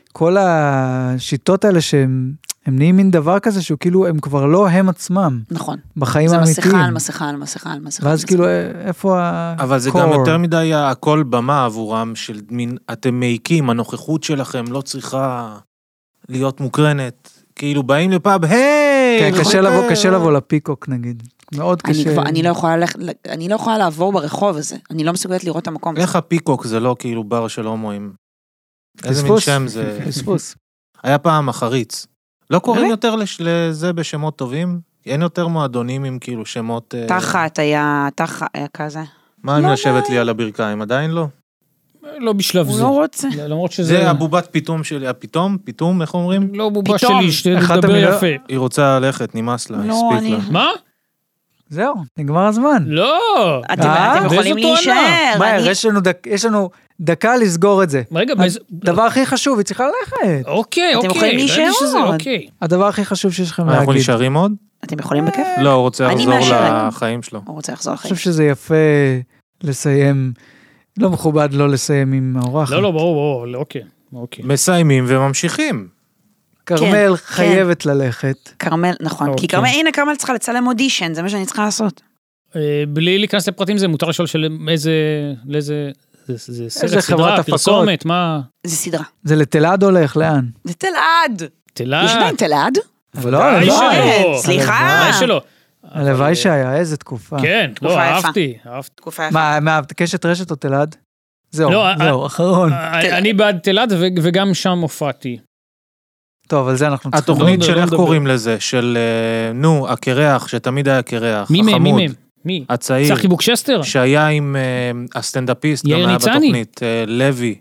שכל השיטות האלה שהן הן הם נהיים מין דבר כזה שהוא כאילו, הם כבר לא הם עצמם, נכון. בחיים זה מסכה על האמיתיים. מסכה על מסכה על מסכה. על ואז מסכה. כאילו, אה, איפה ה... אבל זה core? גם יותר מדי הכל במה עבורם, של מין, אתם מעיקים, הנוכחות שלכם לא צריכה להיות מוקרנת. כאילו באים לפאב, היי! אוקיי." כן, קשה חבר!" לבוא, קשה לבוא לפיקוק נגיד. מאוד אני קשה. כבר, אני לא יכולה ללכת, אני לא יכולה לעבור ברחוב הזה. אני לא מסוגלת לראות את המקום. איך הפיקוק זה לא כאילו בר של הומואים? איזה מין פספוס. שם זה? פספוס. היה פעם החריץ. לא קוראים באמת? יותר לש- לזה בשמות טובים? אין יותר מועדונים עם כאילו שמות... אה, תחת היה, תחת היה כזה. מה לא, עם לשבת לי על הברכיים? עדיין לא. לא בשלב הוא זה. לא רוצה. למרות לא. שזה זה הבובת פתאום שלי, הפתאום? פתאום? איך אומרים? לא בובה פתאום. שלי, אחת שתדבר המילה- יפה. היא רוצה ללכת, נמאס לה, לא, הספיק אני- לה. מה? זהו, נגמר הזמן. לא. אתם אה? אתם יכולים באיזו תואנה? להישאר. מהר, לא, אני- יש לנו דק- יש לנו דקה לסגור את זה. רגע, באיזה... הדבר הכי חשוב, היא צריכה ללכת. אוקיי, אתם אוקיי. יכולים ידעתי להישאר שזה, עוד. אוקיי. הדבר הכי חשוב שיש לכם אנחנו להגיד. אני נשארים עוד? אתם יכולים בכיף? לא, הוא רוצה אני לחזור מאשרת. לחיים שלו. הוא רוצה לחזור חושב לחיים. שזה יפה לסיים, לא מכובד לא לסיים עם האורחת. לא, לא, ברור, ברור, אבל אוקיי. אוקיי. מסיימים וממשיכים. כרמל כן. חייבת ללכת. כרמל, נכון. כי אוקיי. כרמל, הנה כרמל צריכה לצלם אודישן, זה מה שאני צריכה לעשות. אה, בלי להיכנס לפרטים זה מותר לשאול של איזה... לאיזה... זה- זה איזה סרט, חברת סדרה, הפקות. פרסומת, מה? זה סדרה. זה לתלעד הולך, לאן? זה תלעד. אה. יש תלעד? עדיין תלעד? אבל לא, ודאי הלוואי. שלא. סליחה. אה, ודאי שלא. הלוואי שהיה, איזה תקופה. כן, תקופה לא, יפה. אהבתי, אהבתי. תקופה יפה. מה, מה, קשת רשת או תלעד? זהו, לא, אה, זהו, אחרון. אה, אני בעד תלעד ו- וגם שם הופעתי. טוב, על זה אנחנו צריכים... התוכנית לא של איך נדבר. קוראים לזה? של אה, נו, הקרח, שתמיד היה קרח. מי מהם? מי החמוד, מהם? מי? הצעיר, צחי בוקשסטר? שהיה עם אה, הסטנדאפיסט, גם יאיר היה ניצני. בתוכנית, אה, לוי.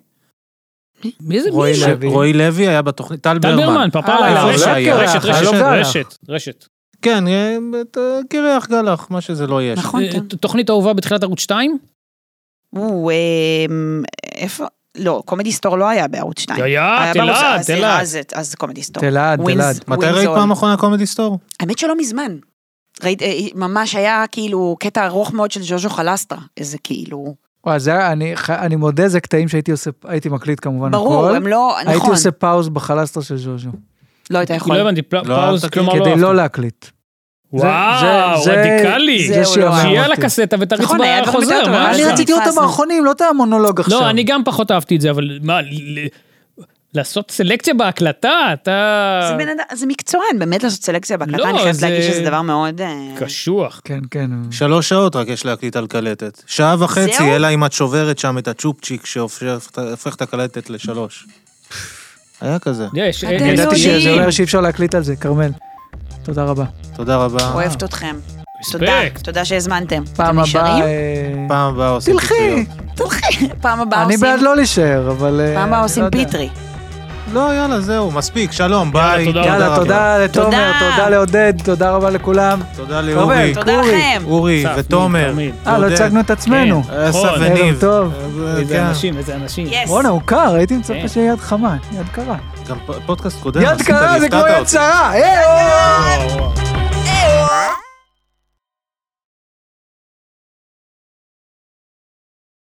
מי זה? רועי מי? לוי. רועי לוי היה בתוכנית, טל טל ברמן, ברמן. אה, פפאלה, לא, רשת, לא קרח, רשת, היה לו רשת, גלח. רשת, רשת. כן, אה, את, אה, קרח גלח, מה שזה לא יהיה. שם. נכון. אה, תוכנית אהובה בתחילת ערוץ 2? הוא, אמ, איפה? לא, קומדי סטור לא היה בערוץ 2. היה, אה, בערוץ- תלעד, אז- תלעד. אז- אז קומדי סטור. תלעד, ווינז- תלעד. מתי ווינזול. ראית פעם אחרונה קומדי סטור? האמת שלא מזמן. ראית, אה, ממש היה כאילו קטע ארוך מאוד של ז'וז'ו חלסטרה. איזה כאילו... וואי, זה היה, אני, ח- אני מודה, זה קטעים שהייתי עושה, הייתי מקליט כמובן ברור, הכל. הם לא... הייתי נכון. עושה פאוז בחלסטר של ז'וז'ו, לא היית יכול. לא הבנתי, פל- לא, פאוז, אתה- כלומר לא... כדי אהבת. אוקיי. לא להקליט. זה- וואו, זה- רדיקלי. זה זהו, לא. שיאמר שיהיה על אותי. הקסטה ותריץ נכון, היה דברים יותר בחוזר. טובים. מה אני יש לך? רציתי אותם פסנו. מערכונים, לא את המונולוג עכשיו. לא, אני גם פחות אהבתי את זה, אבל מה, ל- לעשות סלקציה בהקלטה? אתה זה בן אדם, זה מקצוען, באמת לעשות סלקציה בהקלטה, לא, אני חייבת זה- להגיד שזה דבר מאוד... אה, קשוח. כן, כן. שלוש שעות רק יש להקליט על קלטת. שעה וחצי, זהו? אלא אם את שוברת שם את הצ'ופצ'יק שהופך את הקלטת לשלוש. היה כזה. יש, אה, אתם יש- ידעתי אלוהים. שזה אומר שאי אפשר להקליט על זה, כרמל. תודה רבה. תודה רבה. אוהבת אתכם. תודה, רספקט. תודה שהזמנתם. פעם אתם נשארים? הבאה... אה, פעם הבאה עושים תלכי. פיצויות. פעם הבאה אני עושים... בעד לא להישאר, אבל... אה, פעם הבאה לא עושים יודע. פיטרי. לא, יאללה, זהו, מספיק, שלום, ביי. תודה יאללה, רבה. תודה לתומר, תודה. תודה לעודד, תודה רבה לכולם. אה, תודה כרמל, לאורי, תודה אורי, לכם. אורי צפי, ותומר. תמיד. אה, לא ועודד. הצגנו את עצמנו. כן. אה, אסף נכון. ערב וניב. טוב. אה, איזה כן. אנשים, איזה אנשים. יס. בואנה, הוא קר, הייתי מצפה כן. שיהיה יד חמה, יד קרה. גם פ- פודקאסט קודם. יד עשית לי, קרה זה הפתעת כמו יד אותי. שרה, היי! וואו, וואו.